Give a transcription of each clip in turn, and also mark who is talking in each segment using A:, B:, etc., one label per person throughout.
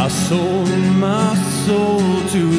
A: I sold my soul to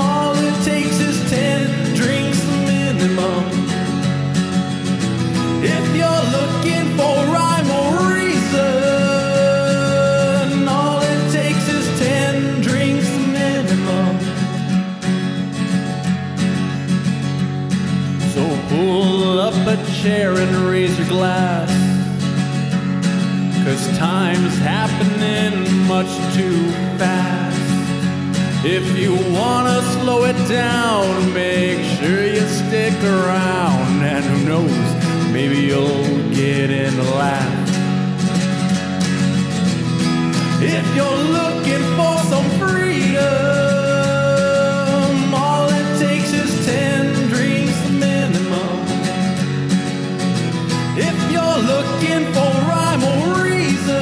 A: all it takes is ten drinks minimum. If you're looking for rhyme or reason, all it takes is ten drinks minimum. So pull up a chair and raise your glass. Cause time's happening much too fast. If you wanna slow it down, make sure you stick around. And who knows, maybe you'll get in the laugh. If you're looking for some freedom, all it takes is ten drinks minimum. If you're looking for rhyme or reason,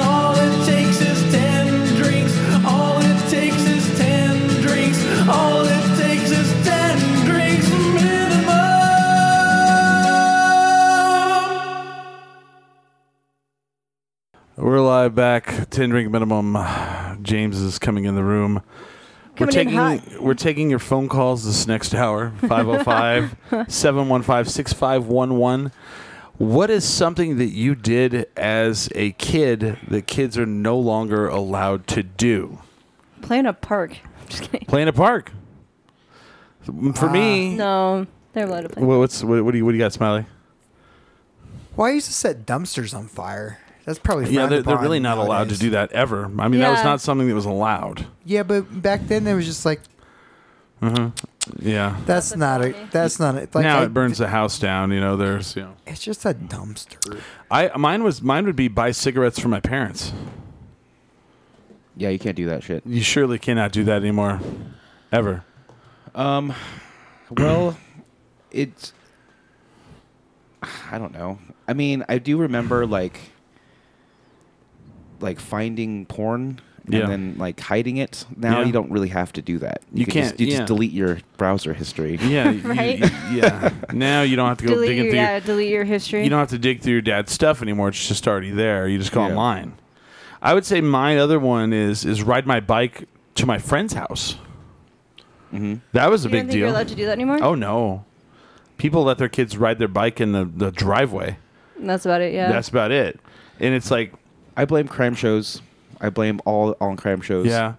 A: all it takes is ten drinks. All it takes is ten drinks. All it takes is ten drinks minimum.
B: We're live back. Ten drink minimum. James is coming in the room. we're
C: Coming in
B: taking we're taking your phone calls this next hour 505-715-6511. What is something that you did as a kid that kids are no longer allowed to do?
C: Play in a park. Just kidding.
B: Play in a park. For me,
C: Uh, No, they're allowed to play.
B: wha- what's what, what do you what do you got, Smiley?
D: Well, I used to set dumpsters on fire. That's probably
B: Yeah,
D: frowned
B: they're, they're
D: upon
B: really not allowed to
D: nowadays.
B: do that ever. I mean, that was
C: Yeah.
B: not something that was allowed.
D: Yeah, but back then it was just like
B: Yeah.
D: that's, not a that's not a, like
B: now
D: I-
B: it burns the house down. You know, there's you know.
D: It's just a dumpster.
B: I mine was mine would be buy cigarettes for my parents.
E: Yeah, you can't do that shit.
B: You surely cannot do that anymore, ever.
E: Well, it's. I don't know. I mean, I do remember like, like finding porn and
B: Yeah.
E: then like hiding it. Now
B: Yeah.
E: you don't really have to do that.
B: You
E: can
B: can't-
E: Just, you
B: yeah.
E: just delete your browser history.
B: Yeah, you-
C: Right?
B: you- yeah. Now you don't have to go
C: delete
B: digging
C: your,
B: through.
C: yeah,
B: Your,
C: delete your history.
B: you don't have to dig through your dad's stuff anymore. It's just already there. You just go
E: Yeah.
B: online. I would say my other one is is ride my bike to my friend's house. That was a
C: You
B: big
C: don't think
B: deal.
C: you're allowed to do that anymore?
B: oh no, people let their kids ride their bike in the, the driveway.
C: And that's about it. Yeah.
B: That's about it. And it's like
E: I blame crime shows. I blame all all crime shows.
B: Yeah,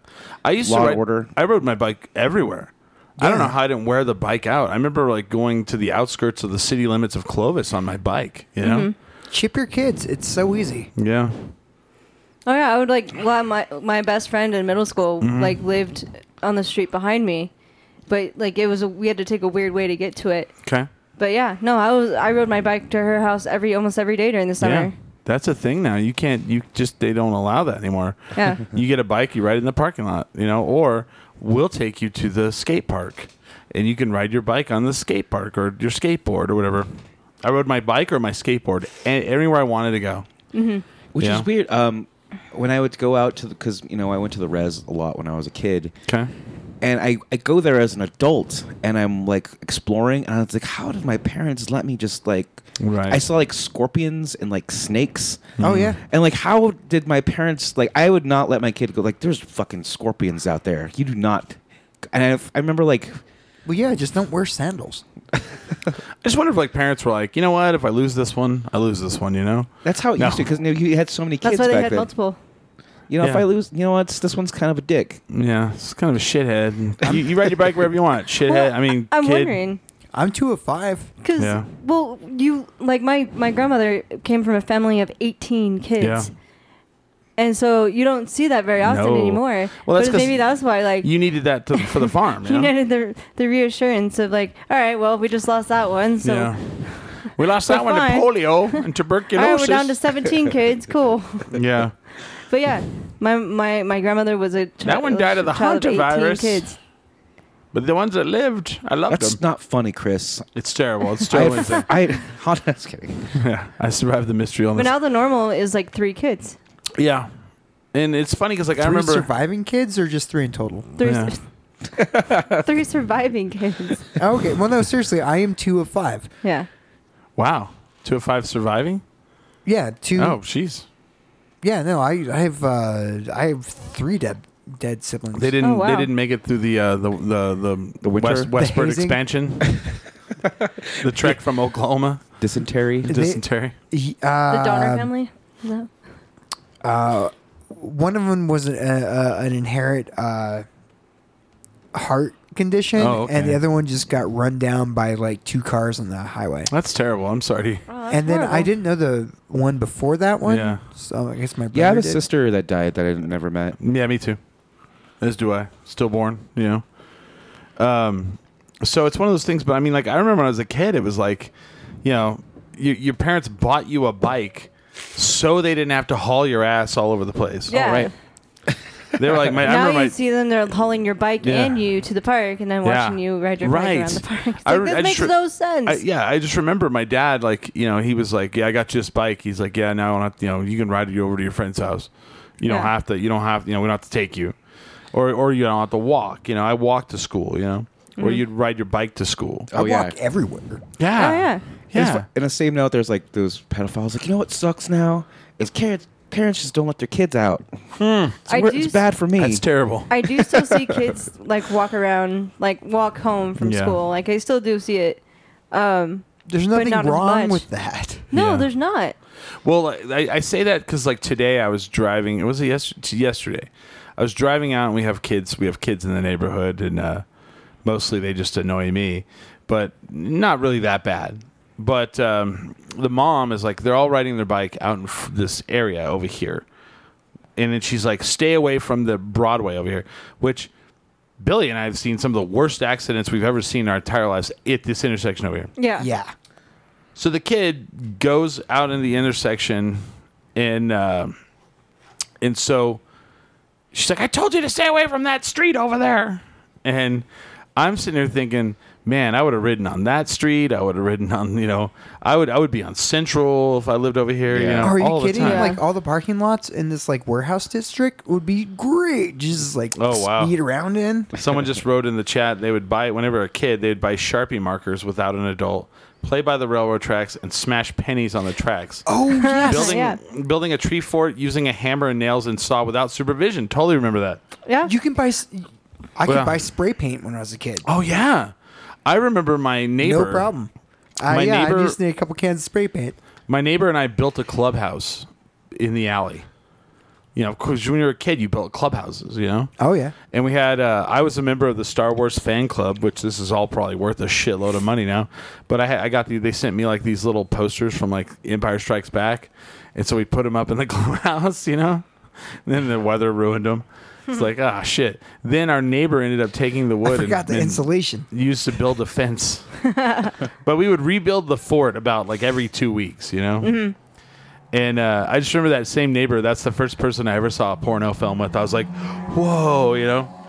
B: I used
E: Law
B: to
E: and
B: ride,
E: Order.
B: I rode my bike everywhere. I don't know
D: Yeah.
B: how I didn't wear the bike out. I remember like going to the outskirts of the city limits of Clovis on my bike. You know?
D: Chip your kids. It's so easy.
B: Yeah.
C: Oh yeah, I would like. Well, my my best friend in middle school
B: Mm-hmm.
C: like lived on the street behind me, but like it was a, we had to take a weird way to get to it.
B: Okay.
C: But yeah, no, I was I rode my bike to her house every almost every day during the
B: Yeah.
C: summer.
B: That's a thing now. You can't. You just they don't allow that anymore.
C: Yeah.
B: you get a bike, you ride it in the parking lot. You know, or we'll take you to the skate park, and you can ride your bike on the skate park or your skateboard or whatever. I rode my bike or my skateboard a- anywhere I wanted to go.
E: which
B: Yeah.
E: is weird. Um, when I would go out to because you know I went to the res a lot when I was a kid,
B: Okay.
E: and I, I go there as an adult and I'm like exploring and I was like, how did my parents let me just like
B: Right.
E: I saw like scorpions and like snakes.
D: Oh, yeah.
E: And like how did my parents like I would not let my kid go like there's fucking scorpions out there. You do not and I, I remember like
D: Well, yeah, just don't wear sandals.
B: I just wonder if like parents were like, you know what? If I lose this one, I lose this one. You know.
E: that's how it
B: No.
E: used to because you, know, you had so many kids
C: That's why they
E: back
C: had
E: then.
C: multiple.
E: You know, if
B: Yeah.
E: I lose, you know what? This one's kind of a dick.
B: Yeah, it's kind of a shithead. you, you ride your bike wherever you want, shithead. I mean,
C: I'm
B: kid.
C: wondering.
D: I'm two of five.
C: Because
B: Yeah.
C: well, you like my my grandmother came from a family of eighteen kids,
B: Yeah.
C: and so you don't see that very often
B: No.
C: anymore.
B: Well, that's
C: but
B: 'cause
C: maybe that's why like
B: You needed that to, for the farm.
C: he
B: You know?
C: needed the the reassurance of like, all right, well, we just lost that one, so
B: Yeah. We lost that
C: We're
B: one to
C: fine.
B: polio and
C: all right,
B: tuberculosis.
C: we're down to seventeen kids, cool.
B: yeah.
C: But yeah, my my my grandmother was a chi-
B: That one died of the
C: child
B: Hunter
C: 18
B: virus.
C: Kids.
B: But the ones that lived, I loved
E: That's
B: them.
E: not funny, Chris.
B: it's terrible. It's
E: I,
B: terrible.
E: had- I, I, was kidding.
B: yeah. I survived the mystery
C: But
B: illness.
C: now the normal is like three kids,
B: yeah. And it's funny because like I
D: three
B: remember
D: surviving kids or just three in total?
C: three
B: Yeah.
C: three surviving kids.
D: okay. Well, no, seriously, I am two of five.
C: Yeah,
B: Wow. Two of five surviving?
D: Yeah, two.
B: Oh, jeez.
D: Yeah, no, I I have uh, I have three dead dead siblings.
B: They didn't
C: Oh, wow.
B: they didn't make it through the uh, the the the,
E: The winter?
B: West,
E: The
B: Westward
D: hazing?
B: expansion. the trek from Oklahoma.
E: Dysentery.
D: They-
B: Dysentery.
D: He-
C: the
D: uh,
C: Donner family. Is that-
D: One of them was an, uh, uh, an inherent uh, heart condition,
B: Oh, okay.
D: and the other one just got run down by like two cars on the highway.
B: That's terrible. I'm sorry.
C: Oh, that's
D: and then I
C: horrible.
D: didn't know the one before that one.
B: Yeah.
D: So I guess my brother
E: Yeah, I have a
D: did.
E: sister that died that I never met.
B: Yeah, me too. As do I. Stillborn, you know. Um, so it's one of those things. But I mean, like I remember when I was a kid, it was like, you know, you, your parents bought you a bike so they didn't have to haul your ass all over the place.
C: Yeah.
B: right. They were like, my, I
C: now
B: remember
C: you
B: my,
C: see them, they're hauling your bike
B: Yeah.
C: and you to the park and then
B: Yeah.
C: watching you ride your
B: Right.
C: bike around the park. It's
B: I
C: like,
B: re-
C: this
B: I
C: makes
B: just re-
C: no sense.
B: I, yeah, I just remember my dad, like, you know, he was like, yeah, I got you this bike. He's like, yeah, now I don't have to, you know, you can ride it over to your friend's house. You don't
C: Yeah.
B: have to, you don't have, you know, we don't have to take you. Or, or you don't have to walk. You know, I walked to school, you know, or
C: Mm-hmm.
B: you'd ride your bike to school.
D: I
E: Oh, yeah.
D: walk everywhere.
B: Yeah.
C: Oh, yeah.
E: And it's
B: Yeah.
E: fu- In the same note, there's like those pedophiles. Like, you know what sucks now is parents. Parents just don't let their kids out. It's,
C: I
E: wor-
C: do
E: it's
C: s-
E: bad for me.
B: That's terrible.
C: I do still see kids like walk around, like walk home from
B: Yeah.
C: school. Like I still do see it.
D: There's nothing
C: not as
D: wrong
C: much.
D: with that.
C: No,
B: Yeah.
C: there's not.
B: Well, I, I say that because like today I was driving. It was a yes, to yesterday. I was driving out, and we have kids. We have kids in the neighborhood, and uh, mostly they just annoy me, but not really that bad. But um, the mom is like, they're all riding their bike out in f- this area over here, and then she's like, stay away from the Broadway over here, which. Billy and I have seen some of the worst accidents we've ever seen in our entire lives at this intersection over here.
C: Yeah.
D: Yeah.
B: So the kid goes out in the intersection, and uh, and so she's like, "I told you to stay away from that street over there." And I'm sitting there thinking, "Man, I would have ridden on that street. I would have ridden on, you know, I would I would be on Central if I lived over here. You
E: Yeah.
B: know,
D: Are you
B: all the
D: kidding?
B: time.
D: Like all the parking lots in this like warehouse district would be great. Just like
B: Oh, wow.
D: speed around in.
B: Someone just wrote in the chat they would buy whenever a kid they would buy Sharpie markers without an adult, play by the railroad tracks, and smash pennies on the tracks.
D: Oh yes.
B: building
C: yeah.
B: building a tree fort using a hammer and nails and saw without supervision. Totally remember that.
C: Yeah.
D: You can buy. s- I could
B: Yeah.
D: buy spray paint when I was a kid.
B: Oh yeah, I remember my neighbor.
D: no problem. Uh,
B: My
D: yeah,
B: neighbor-
D: I just need a couple cans of spray paint.
B: My neighbor and I built a clubhouse in the alley. You know, of course, when you were a kid, you built clubhouses. You know.
D: Oh yeah.
B: And we had, uh, I was a member of the Star Wars fan club, which this is all probably worth a shitload of money now. But I, ha- I got the, they sent me like these little posters from like Empire Strikes Back. And so we put them up in the clubhouse, you know? And then the weather ruined them. It's like, ah, shit. Then our neighbor ended up taking the wood
D: I forgot
B: and,
D: the
B: and
D: insulation.
B: used to build a fence. but we would rebuild the fort about like every two weeks, you know? And uh, I just remember that same neighbor. That's the first person I ever saw a porno film with. I was like, whoa, you know?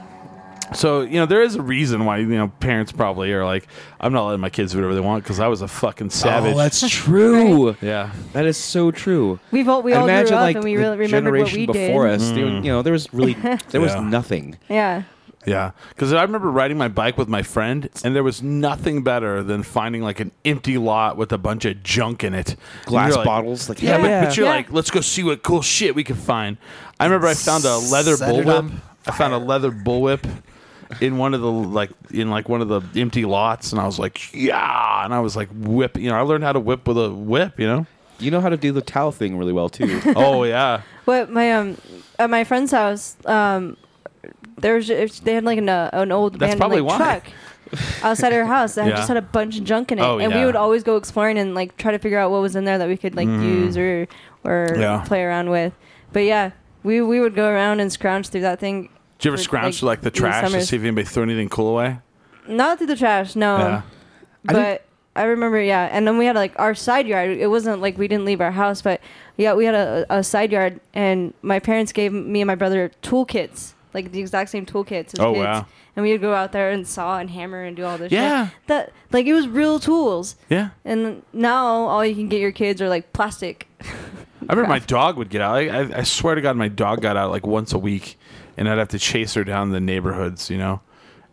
B: So, you know, there is a reason why, you know, parents probably are like, I'm not letting my kids do whatever they want because I was a fucking savage.
E: Oh, that's true.
B: yeah.
E: That is so true.
C: We've all- we all grew
E: imagine
C: up
E: like
C: and we
E: the
C: really remembered what
E: generation
C: we did.
E: before us. they- you know, there was really there was
B: Yeah.
E: nothing.
C: Yeah.
B: Yeah, because I remember riding my bike with my friend, and there was nothing better than finding like an empty lot with a bunch of junk in it, And
E: Glass
B: you're like-
E: bottles, like,
B: yeah,
E: yeah.
B: But, but you're
E: Yeah.
B: like, let's go see what cool shit we can find. I remember I found a leather
D: Set it
B: bullwhip.
D: on
B: I found a leather bullwhip in one of the like in like one of the empty lots, and I was like, yeah, and I was like whip. You know, I learned how to whip with a whip. You know.
E: You know how to do the towel thing really well too.
B: Oh yeah.
C: But my um at my friend's house um there's they had like an uh, an old
B: That's
C: abandoned
B: probably why.
C: like, truck outside her house that
B: Yeah.
C: just had a bunch of junk in it,
B: Oh,
C: and
B: yeah. Mm.
C: we would always go exploring and like try to figure out what was in there that we could like use or or
B: Yeah.
C: play around with. But yeah, we we would go around and scrounge through that thing.
B: Did you ever
C: for,
B: scrounge through like the
C: these
B: trash to
C: summers.
B: see if anybody threw anything cool away?
C: Not through the trash, no.
B: Yeah.
C: but I, remember, yeah. And then we had like our side yard. It wasn't like we didn't leave our house, but yeah, we had a, a side yard, and my parents gave me and my brother toolkits, like the exact same toolkits as
B: Oh,
C: kids.
B: wow.
C: And we would go out there and saw and hammer and do all this.
B: Yeah.
C: shit. that like it was real tools.
B: Yeah.
C: And now all you can get your kids are like plastic.
B: I remember my dog would get out. I, I, I swear to God, my dog got out like once a week, and I'd have to chase her down the neighborhoods, you know.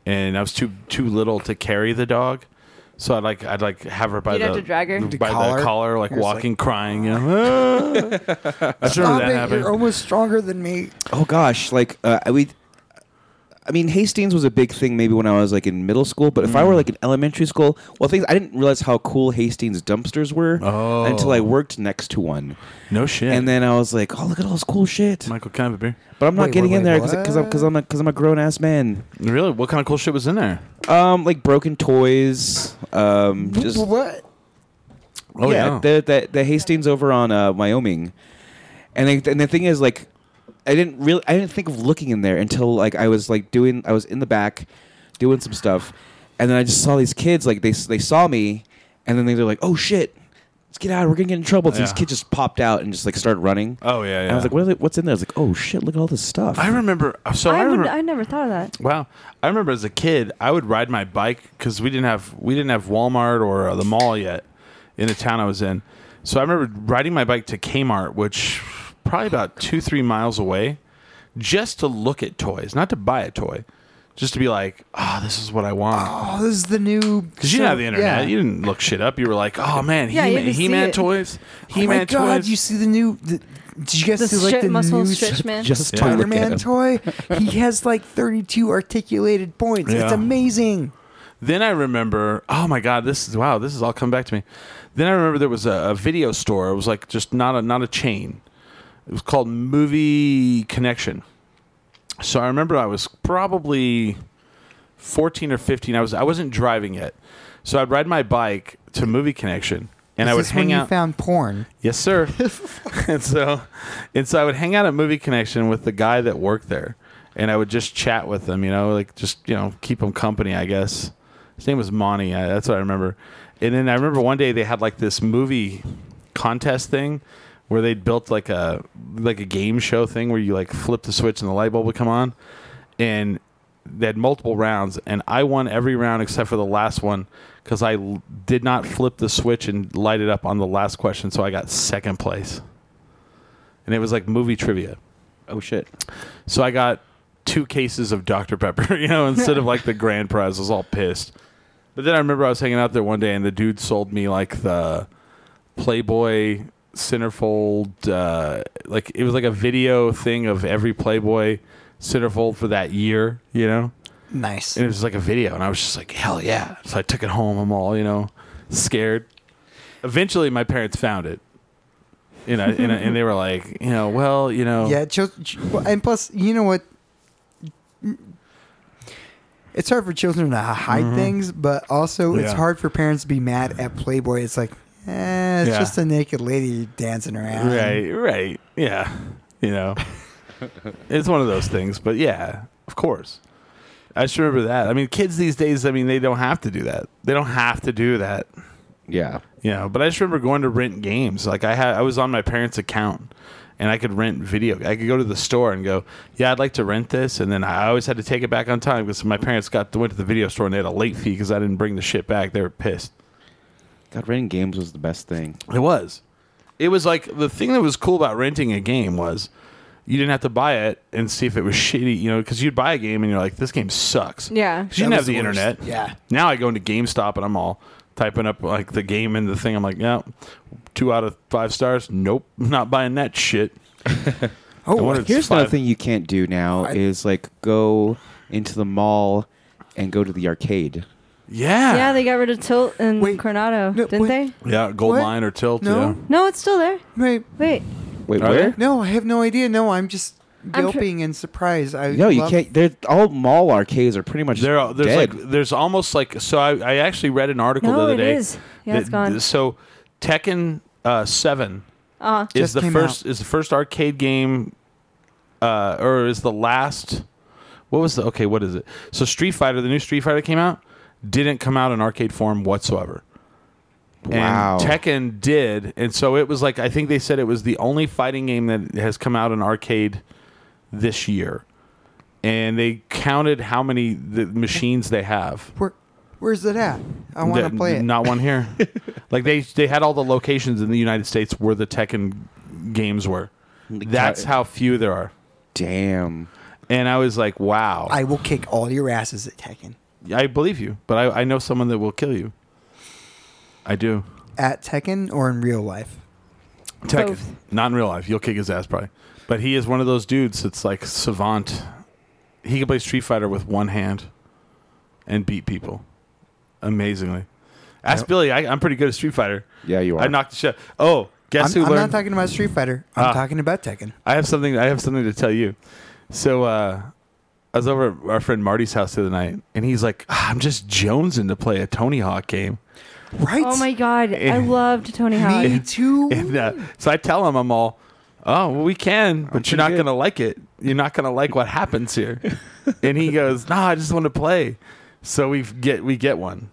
B: And I was too too little to carry the dog, so I'd like I'd like have her by
C: You'd
B: the
C: have to drag her.
B: by the
D: Collar.
B: collar, like
D: You're just "Ah."
B: walking, crying. You know? I just remember
D: Stop
B: that
D: it!
B: happened.
D: You're almost stronger than me.
E: oh gosh, like uh, we. I mean, Hastings was a big thing maybe when I was like in middle school, but if
D: Mm.
E: I were like in elementary school, well, things I didn't realize how cool Hastings dumpsters were
B: Oh.
E: until I worked next to one,
B: no shit.
E: and then I was like, "Oh, look at all this cool shit!"
B: Michael, can I have a beer?
E: But I'm not
D: Wait,
E: getting
D: wait,
E: in
D: wait,
E: there because I'm because I'm a because I'm a grown ass man.
B: Really? What kind of cool shit was in there?
E: Um, like broken toys. Um, just
D: what?
B: Oh
E: yeah, The, the the Hastings over on uh, Wyoming, and they, and the thing is like, I didn't really I didn't think of looking in there until like I was like doing I was in the back, doing some stuff, and then I just saw these kids like they s- they saw me, and then they were like oh shit. Let's get out! We're gonna get in trouble. So These
B: Yeah.
E: kids just popped out and just like started running.
B: Oh, yeah,
E: And I was
B: yeah.
E: like, what are they- "What's in there?" I was like, "Oh shit! Look at all this stuff."
B: I remember. So I,
C: I would.
B: remember.
C: I never thought of that.
B: Wow, I remember as a kid, I would ride my bike because we didn't have we didn't have Walmart or uh, the mall yet in the town I was in. So I remember riding my bike to Kmart, which probably about two three miles away, just to look at toys, not to buy a toy, just to be like, oh, this is what I want.
D: Oh, this is the new.
B: Because you didn't have the internet,
D: Yeah.
B: you didn't look shit up. You were like, oh man,
C: Yeah, you
B: He-Man,
C: had to see
B: He-Man
C: it.
B: toys,
D: Oh
B: He-Man
D: my god!
B: toys.
D: You see the new? The, did you guys
C: The
D: see like
C: stretch
D: the
C: muscle
D: new
C: stretch man.
E: just to look at
D: Spider-Man
E: 'em.
D: toy? He has like 32 articulated points.
B: Yeah.
D: It's amazing.
B: Then I remember, oh my god, this is wow, this is all coming back to me. Then I remember there was a, a video store. It was like just not a not a chain. It was called Movie Connection. So I remember I was probably fourteen or fifteen. I was I wasn't driving yet, so I'd ride my bike to Movie Connection, and I
D: Is
B: would
D: this
B: hang
D: when
B: out.
D: You found porn.
B: Yes, sir. and so, and so I would hang out at Movie Connection with the guy that worked there, and I would just chat with him. You know, like just you know keep him company. I guess his name was Monty. I, that's what I remember. And then I remember one day they had like this movie contest thing where they built like a like a game show thing where you like flip the switch and the light bulb would come on, and they had multiple rounds, and I won every round except for the last one because I l- did not flip the switch and light it up on the last question, so I got second place. And it was like movie trivia,
E: Oh shit!
B: so I got two cases of Dr Pepper, you know, instead of like the grand prize. I was all pissed. But then I remember I was hanging out there one day, and the dude sold me like the Playboy centerfold, uh, like it was like a video thing of every Playboy centerfold for that year, you know.
D: Nice.
B: And it was like a video, and I was just like, hell yeah. So I took it home. I'm all, you know, scared. Eventually, my parents found it. You know, and, and they were like, you know, well, you know.
D: Yeah, chil- ch- well, and plus, you know what? It's hard for children to hide things, but also it's
B: Mm-hmm. Yeah.
D: hard for parents to be mad at Playboy. It's like, eh, it's
B: Yeah.
D: just a naked lady dancing around.
B: Right, right. Yeah. You know, it's one of those things. But yeah, of course. I just remember that. I mean, kids these days, I mean, they don't have to do that. They don't have to do that.
E: Yeah,
B: You know, but I just remember going to rent games. Like I had, I was on my parents' account, and I could rent video. I could go to the store and go, "Yeah, I'd like to rent this," and then I always had to take it back on time because my parents got went to the video store and they had a late fee because I didn't bring the shit back. They were pissed.
E: God, renting games was the best thing.
B: It was. It was like the thing that was cool about renting a game was you didn't have to buy it and see if it was shitty, you know, because you'd buy a game and you're like, this game sucks.
C: Yeah.
B: 'Cause you didn't
D: That
B: have
D: was
B: the,
D: the worst.
B: internet.
D: Yeah.
B: Now I go into GameStop and I'm all typing up like the game and the thing. I'm like, yeah, two out of five stars. Nope, not buying that shit. I
D: Oh,
B: wonder-
D: I-
B: It's
E: Here's another
B: five.
E: thing you can't do now
D: I-
E: is like go into the mall and go to the arcade.
B: Yeah.
C: Yeah, they got rid of Tilt and
D: Wait.
C: Coronado,
D: No,
C: didn't
D: wait.
C: they?
B: yeah, gold
D: What?
B: mine or tilt.
D: No.
B: Yeah.
C: No, it's still there.
D: wait,
C: Wait.
E: Wait,
B: Are
E: where?
D: no, I have no idea. No, I'm just
C: I'm sure-
D: gulping in surprise. I
E: No, you
D: love-
E: can't. They're all mall arcades are pretty much
B: There, are- there's
E: dead.
B: like, there's almost like. So I, I actually read an article
C: No,
B: the other
C: it
B: day.
C: is. Yeah, it's gone.
B: So Tekken uh, Seven
C: Uh,
B: is
D: Just
B: the
D: came
B: first is the first arcade game, uh, or is the last? What was the okay? What is it? So Street Fighter, the new Street Fighter came out, didn't come out in arcade form whatsoever.
E: Wow.
B: And Tekken did, and so it was like I think they said it was the only fighting game that has come out in arcade this year, and they counted how many the machines they have.
D: Where, where's it at? I want to
B: That-
D: play it.
B: Not one here. like they they had all the locations in the United States where the Tekken games were. That's how few there are.
E: Damn.
B: And I was like, wow.
D: I will kick all your asses at Tekken.
B: I believe you, but I, I know someone that will kill you. I do.
D: At Tekken or in real life?
B: Tekken.
C: Both.
B: Not in real life. You'll kick his ass probably. But he is one of those dudes that's like savant. He can play Street Fighter with one hand and beat people amazingly. Ask Billy. I, I'm pretty good at Street Fighter.
E: Yeah, you
B: I
E: are.
B: knocked the shit. Oh, guess
D: I'm,
B: who
D: I'm
B: learned?
D: not talking about Street Fighter. I'm
B: Ah.
D: talking about Tekken.
B: I have something. I have something to tell you. So uh, I was over at our friend Marty's house the other night, and he's like, "Ah, "I'm just jonesing to play a Tony Hawk game."
D: Right?
C: oh my god,
B: Eh.
C: I loved Tony Hawk.
D: Me too.
B: And uh, so I tell him, "I'm all, oh, well, we can, but you're not
E: pretty good.
B: gonna like it. You're not gonna like what happens here." and he goes, "No, I just want to play." So we get we get one,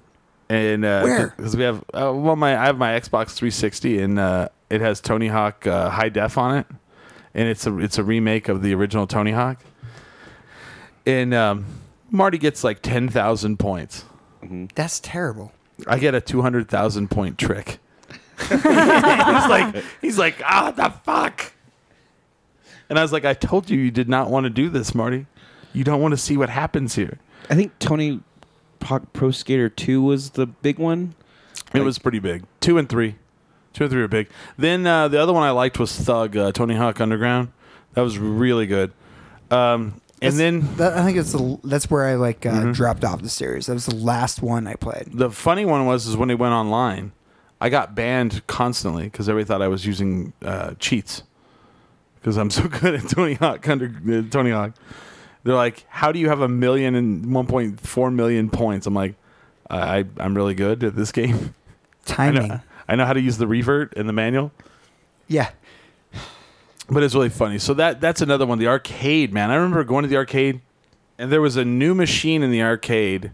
B: and uh,
D: Where?
B: Because we have uh, well, my I have my Xbox 360, and uh, it has Tony Hawk uh, High Def on it, and it's a it's a remake of the original Tony Hawk. And um, Marty gets like ten thousand points.
D: That's terrible.
B: I get a two hundred thousand point trick. he's like, he's like, ah, what the fuck. And I was like, I told you you did not want to do this, Marty. You don't want to see what happens here.
E: I think Tony Hawk Pro Skater 2 was the big one.
B: It was pretty big. Two and three, two and three were big. Then uh, the other one I liked was Thug, uh, Tony Hawk Underground. That was really good. Um, and then Mm-hmm.
D: That, I think it's the, that's where I like uh, dropped off the series. That was the last one I played.
B: the funny one was is when it went online, I got banned constantly because everybody thought I was using uh, cheats because I'm so good at Tony Hawk under uh, Tony Hawk. They're like, "How do you have a million and 1.4 million points?" I'm like, I, I I'm really good at this game. I know
D: Timing.
B: I know how to use the revert and the manual,
D: Yeah.
B: but it's really funny. So that that's another one. The arcade, man. I remember going to the arcade, and there was a new machine in the arcade.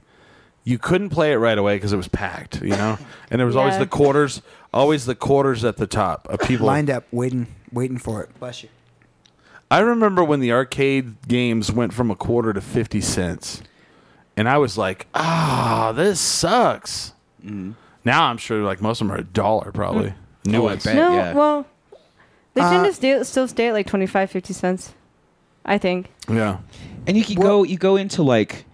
B: You couldn't play it right away because it was packed, you know. And there was always
C: Yeah.
B: the quarters, always the quarters at the top of people.
D: Lined up, waiting, waiting for it. Bless you.
B: I remember when the arcade games went from a quarter to fifty cents, and I was like, "Ah, this sucks." Now I'm sure, like most of them are a dollar probably. Mm-hmm. New
E: Oh, I
B: ones.
E: bet.
C: no,
E: yeah.
C: well, they
D: Uh,
C: shouldn't have still, still stay at like 25, 50 cents. I think.
B: yeah.
E: And you could
D: Well-
E: go you go into like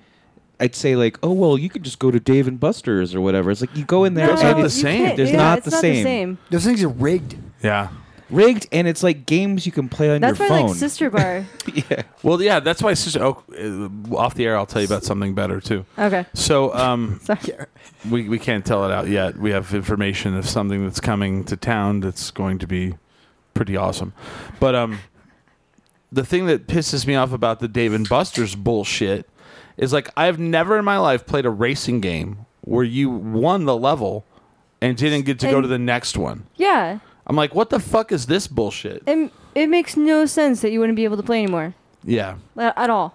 E: I'd say like, "Oh, well, you could just go to Dave and Buster's or whatever." It's like you go in there
B: No,
E: and
B: not the
E: it's
B: same.
C: can't-
E: It's
C: yeah,
E: not
C: it's
E: the
C: not
E: same.
C: the same.
D: Those things are rigged.
B: Yeah.
E: rigged and it's like games you can play on
C: That's
E: your
C: why
E: phone.
C: like Sister Bar.
B: Well, yeah, that's why sister. Oh, uh, off the air, I'll tell you about something better too.
C: okay.
B: So, um,
C: Sorry.
B: we we can't tell it out yet. We have information of something that's coming to town that's going to be pretty awesome. But um, the thing that pisses me off about the Dave and Buster's bullshit is like I've never in my life played a racing game where you won the level and didn't get to go
C: And-
B: to the next one.
C: Yeah.
B: I'm like, what the fuck is this bullshit?
C: It, it makes no sense that you wouldn't be able to play anymore
B: Yeah,
C: at at all.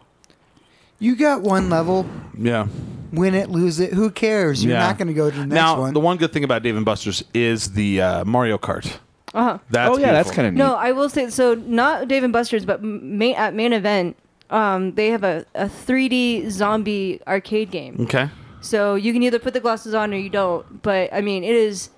D: You got one level,
B: yeah.
D: win it, lose it. Who cares? You're
B: Yeah.
D: not going to go to the next
B: now,
D: one.
B: the one good thing about Dave and Buster's is the uh, Mario Kart.
C: Uh-huh.
B: That's
E: oh yeah, that's
B: beautiful.
E: kind of neat.
C: No, I will say so. Not Dave and Buster's, but m- main, at main event, um, they have a, a 3D zombie arcade game.
B: okay.
C: So you can either put the glasses on or you don't. But I mean, it is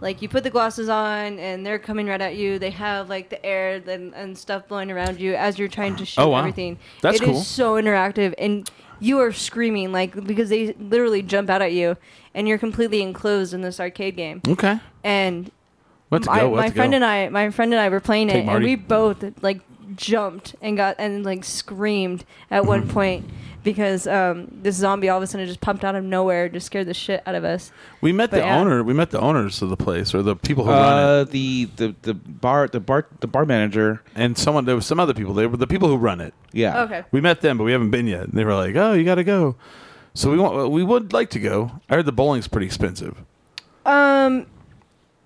C: like you put the glasses on and they're coming right at you. They have like the air and, and stuff blowing around you as you're trying to shoot
B: Oh, wow.
C: everything.
B: That's
C: It is
B: cool.
C: so interactive and you are screaming like because they literally jump out at you and you're completely enclosed in this arcade game.
B: Okay.
C: And
B: We'll have to
C: my,
B: go. We'll
C: my
B: have to
C: friend
B: go.
C: and I, my friend and I were playing
B: Take
C: it,
B: Marty.
C: and we both like jumped and got and like screamed at one point because um, this zombie all of a sudden just pumped out of nowhere, just scared the shit out of us.
B: we met the
C: but yeah.
B: owner. We met the owners of the place or the people who run it,
E: Uh, the, the the bar the bar the bar manager.
B: and someone. There was some other people. They were the people who run it.
E: Yeah.
C: Okay.
B: We met them, but we haven't been yet. And they were like, "Oh, you got to go." So we want. We would like to go. I heard the bowling's pretty expensive.
C: Um,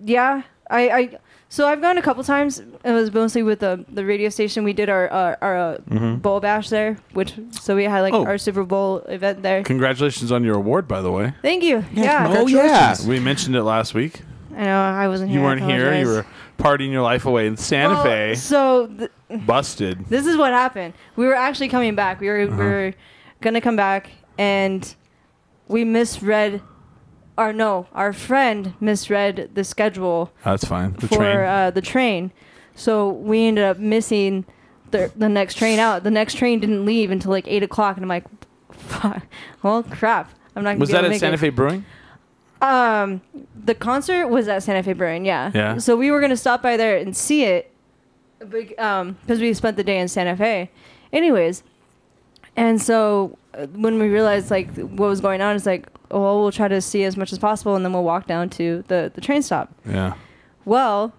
C: yeah, I, I so I've gone a couple times. It was mostly with the the radio station. We did our our, our uh, bowl bash there, which so we had like
B: Mm-hmm. Oh.
C: our Super Bowl event there.
B: Congratulations on your award, by the way.
C: Thank you. Yeah,
E: Oh yeah.
B: We mentioned it last week.
C: I know I wasn't here.
B: You
C: I
B: weren't here. You
C: apologize.
B: were partying your life away in Santa
C: Well,
B: Fe.
C: So th-
B: Busted.
C: this is what happened. We were actually coming back. We were
B: Uh-huh.
C: we were gonna come back, and we misread. Or no, our friend misread the schedule
B: That's fine. The
C: for
B: train.
C: Uh, the train, so we ended up missing the the next train out. The next train didn't leave until like eight o'clock, and I'm like, "Fuck, well, crap." I'm not. gonna
B: was
C: be
B: that
C: able to
B: at
C: make
B: Santa
C: it.
B: Fe Brewing?
C: Um, the concert was at Santa Fe Brewing. Yeah.
B: Yeah.
C: So we were gonna stop by there and see it, because we spent the day in Santa Fe. Anyways, and so uh, when we realized like what was going on, it's like, oh, well, we'll try to see as much as possible, and then we'll walk down to the the train stop.
B: Yeah.
C: Well,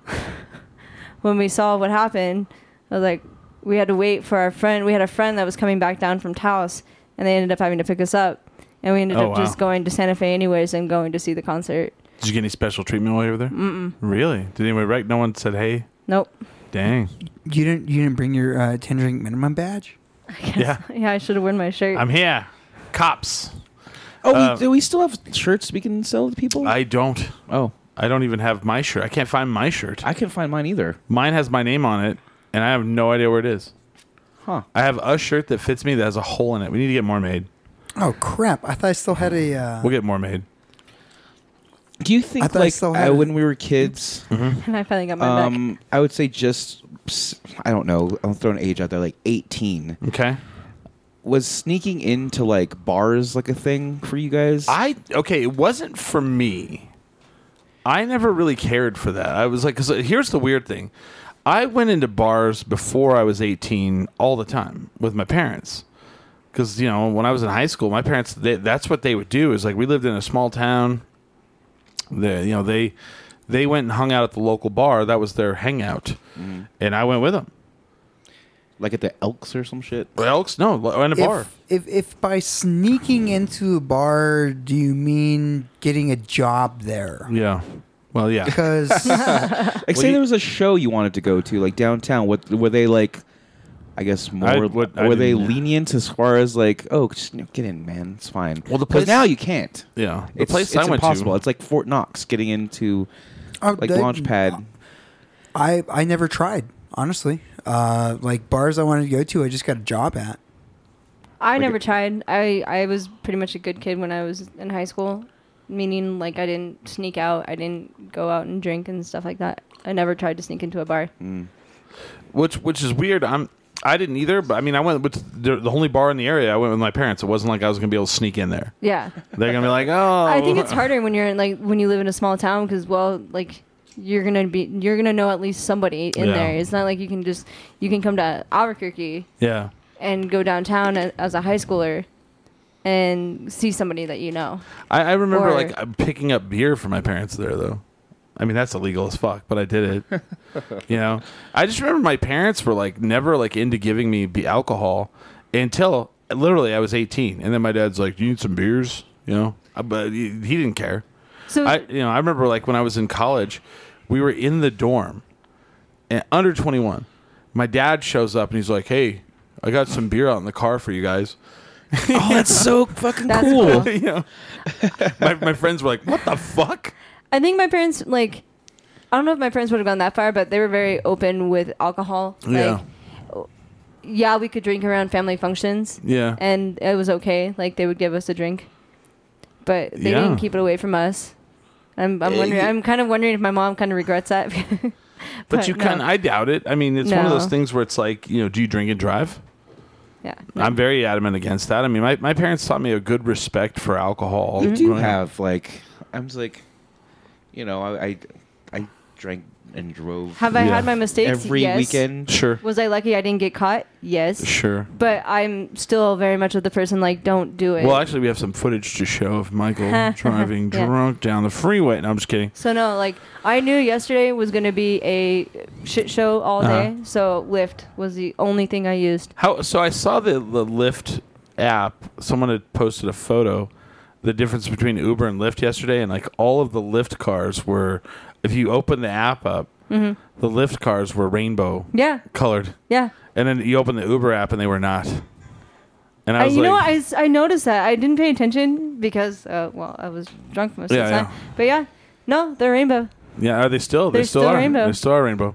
C: when we saw what happened, I was like, we had to wait for our friend. We had a friend that was coming back down from Taos, and they ended up having to pick us up. And we ended
B: Oh,
C: up
B: wow.
C: just going to Santa Fe anyways and going to see the concert.
B: Did you get any special treatment while you were there? Mm-mm. Really? Did anybody write? No one said, "Hey,
C: Nope.
B: dang."
D: You didn't you didn't bring your uh, ten drink minimum badge?
B: Yeah.
C: Yeah, I should have worn my shirt.
B: I'm here. Cops.
E: Oh,
B: Uh,
E: we, do we still have shirts we can sell to people?
B: I don't.
E: oh,
B: I don't even have my shirt. I can't find my shirt.
E: I can't find mine either.
B: Mine has my name on it, and I have no idea where it is.
E: Huh.
B: I have a shirt that fits me that has a hole in it. We need to get more made.
D: Oh crap! I thought I still had a. Uh,
B: We'll get more made.
E: Do you
D: I
E: think
D: thought I
E: like
D: still
E: I
D: had it.
E: when we were kids,
C: and I finally got my back.
E: um, I would say just s- I don't know. I'll throw an age out there, like eighteen.
B: Okay.
E: Was sneaking into like bars like a thing for you guys?
B: I okay, it wasn't for me. I never really cared for that. I was like, cause uh, here's the weird thing. I went into bars before I was 18 all the time with my parents. Cause you know, when I was in high school, my parents, they, that's what they would do is like, we lived in a small town they, you know, they, they went and hung out at the local bar. That was their hangout. And I went with them.
E: like at the Elks or some shit.
B: Elks? No, in a bar.
D: if, if if by sneaking into a bar, do you mean getting a job there?
B: Yeah. Well, yeah.
D: Because
E: Like say there was a show you wanted to go to, like downtown. What were they like? I guess more.
B: what- I
E: were they
B: didn't-
E: lenient as far as like, oh, just, you know, get in, man, it's fine.
B: Well, the
E: 'Cause
B: place-
E: now you can't.
B: yeah. The
E: it's,
B: place
E: it's
B: I went
E: impossible.
B: to.
E: It's like Fort Knox getting into
D: Oh,
E: like Launchpad.
D: I I never tried honestly. Uh, like bars I wanted to go to, I just got a job at.
C: I never tried. I, I was pretty much a good kid when I was in high school, meaning like I didn't sneak out. I didn't go out and drink and stuff like that. I never tried to sneak into a bar.
B: Mm. which which is weird. I'm I didn't either, but I mean I went with the, the only bar in the area. I went with my parents. It wasn't like I was gonna be able to sneak in there.
C: Yeah.
B: They're gonna be like, oh,
C: I think it's harder when you're in like when you live in a small town because well like you're gonna be you're gonna know at least somebody in
B: Yeah.
C: there. It's not like you can just you can come to Albuquerque
B: Yeah,
C: and go downtown a, as a high schooler and see somebody that you know.
B: I, I remember
C: Or-
B: like uh, picking up beer for my parents there though. I mean that's illegal as fuck, but I did it. you know, I just remember my parents were like never like into giving me be- alcohol until literally I was 18, and then my dad's like, "You need some beers," you know, Uh, but he, he didn't care.
C: So
B: I you know I remember like when I was in college, we were in the dorm, and under twenty one, my dad shows up and he's like, "Hey, I got some beer out in the car for you guys."
E: oh, that's so fucking
C: That's
E: cool.
B: you know, my my friends were like, "What the fuck?"
C: I think my parents like I don't know if my parents would have gone that far, but they were very open with alcohol. Like, yeah, we could drink around family functions.
B: Yeah.
C: And it was okay. Like they would give us a drink, but they
B: Yeah. Eh,
C: didn't keep it away from us. I'm, I'm wondering. I'm kind of wondering if my mom kind of regrets that. but,
B: But you
C: no.
B: kind I doubt it. I mean, it's one of
C: No.
B: those things where it's like, you know, do you drink and drive?
C: yeah.
B: I'm very adamant against that. I mean, my, my parents taught me a good respect for alcohol.
E: I do
B: growing up.
E: have like I'm just like, you know, I I, I drank and drove.
C: Have I
B: Yeah.
C: had my mistakes?
E: every
C: yes.
E: weekend?
B: Sure.
C: Was I lucky I didn't get caught? Yes.
B: Sure.
C: But I'm still very much of the person like, don't do it.
B: Well, actually, we have some footage to show of Michael driving
C: Yeah.
B: drunk down the freeway. No, I'm just kidding.
C: so no, like I knew yesterday was gonna be a shit show all
B: Uh-huh.
C: day. So Lyft was the only thing I used.
B: How? So I saw the, the Lyft app. Someone had posted a photo. The difference between Uber and Lyft yesterday, and like all of the Lyft cars were, if you open the app up, the Lyft cars were rainbow
C: Mm-hmm. Yeah.
B: colored,
C: Yeah.
B: and then you open the Uber app and they were not. And I
C: I
B: was
C: Uh, you
B: like,
C: know, what? I, s- I noticed that. I didn't pay attention because, uh, well, I was drunk most
B: Yeah,
C: of the time. But yeah, no, they're rainbow.
B: Yeah, are they still? They
C: They're
B: still,
C: still
B: are.
C: rainbow.
B: They still are rainbow.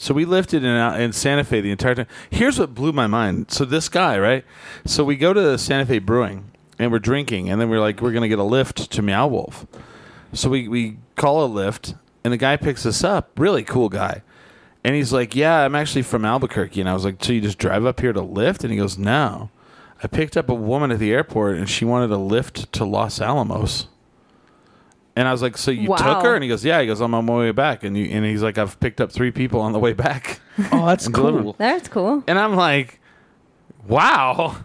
B: So we lifted in out in Santa Fe the entire time. Here's what blew my mind. So this guy, right? So we go to Santa Fe Brewing and we're drinking, and then we're like, we're gonna get a lift to Meow Wolf. So we we call a lift, and the guy picks us up. Really cool guy. And he's like, Yeah, I'm actually from Albuquerque. And I was like, So you just drive up here to lift? And he goes, No. I picked up a woman at the airport and she wanted a lift to Los Alamos. And I was like, So you took
C: Wow.
B: her? And he goes, Yeah. He goes, I'm on my way back. And you and he's like, I've picked up three people on the way back.
E: Oh, that's
B: delivered.
E: cool.
C: That's cool.
B: And I'm like, Wow.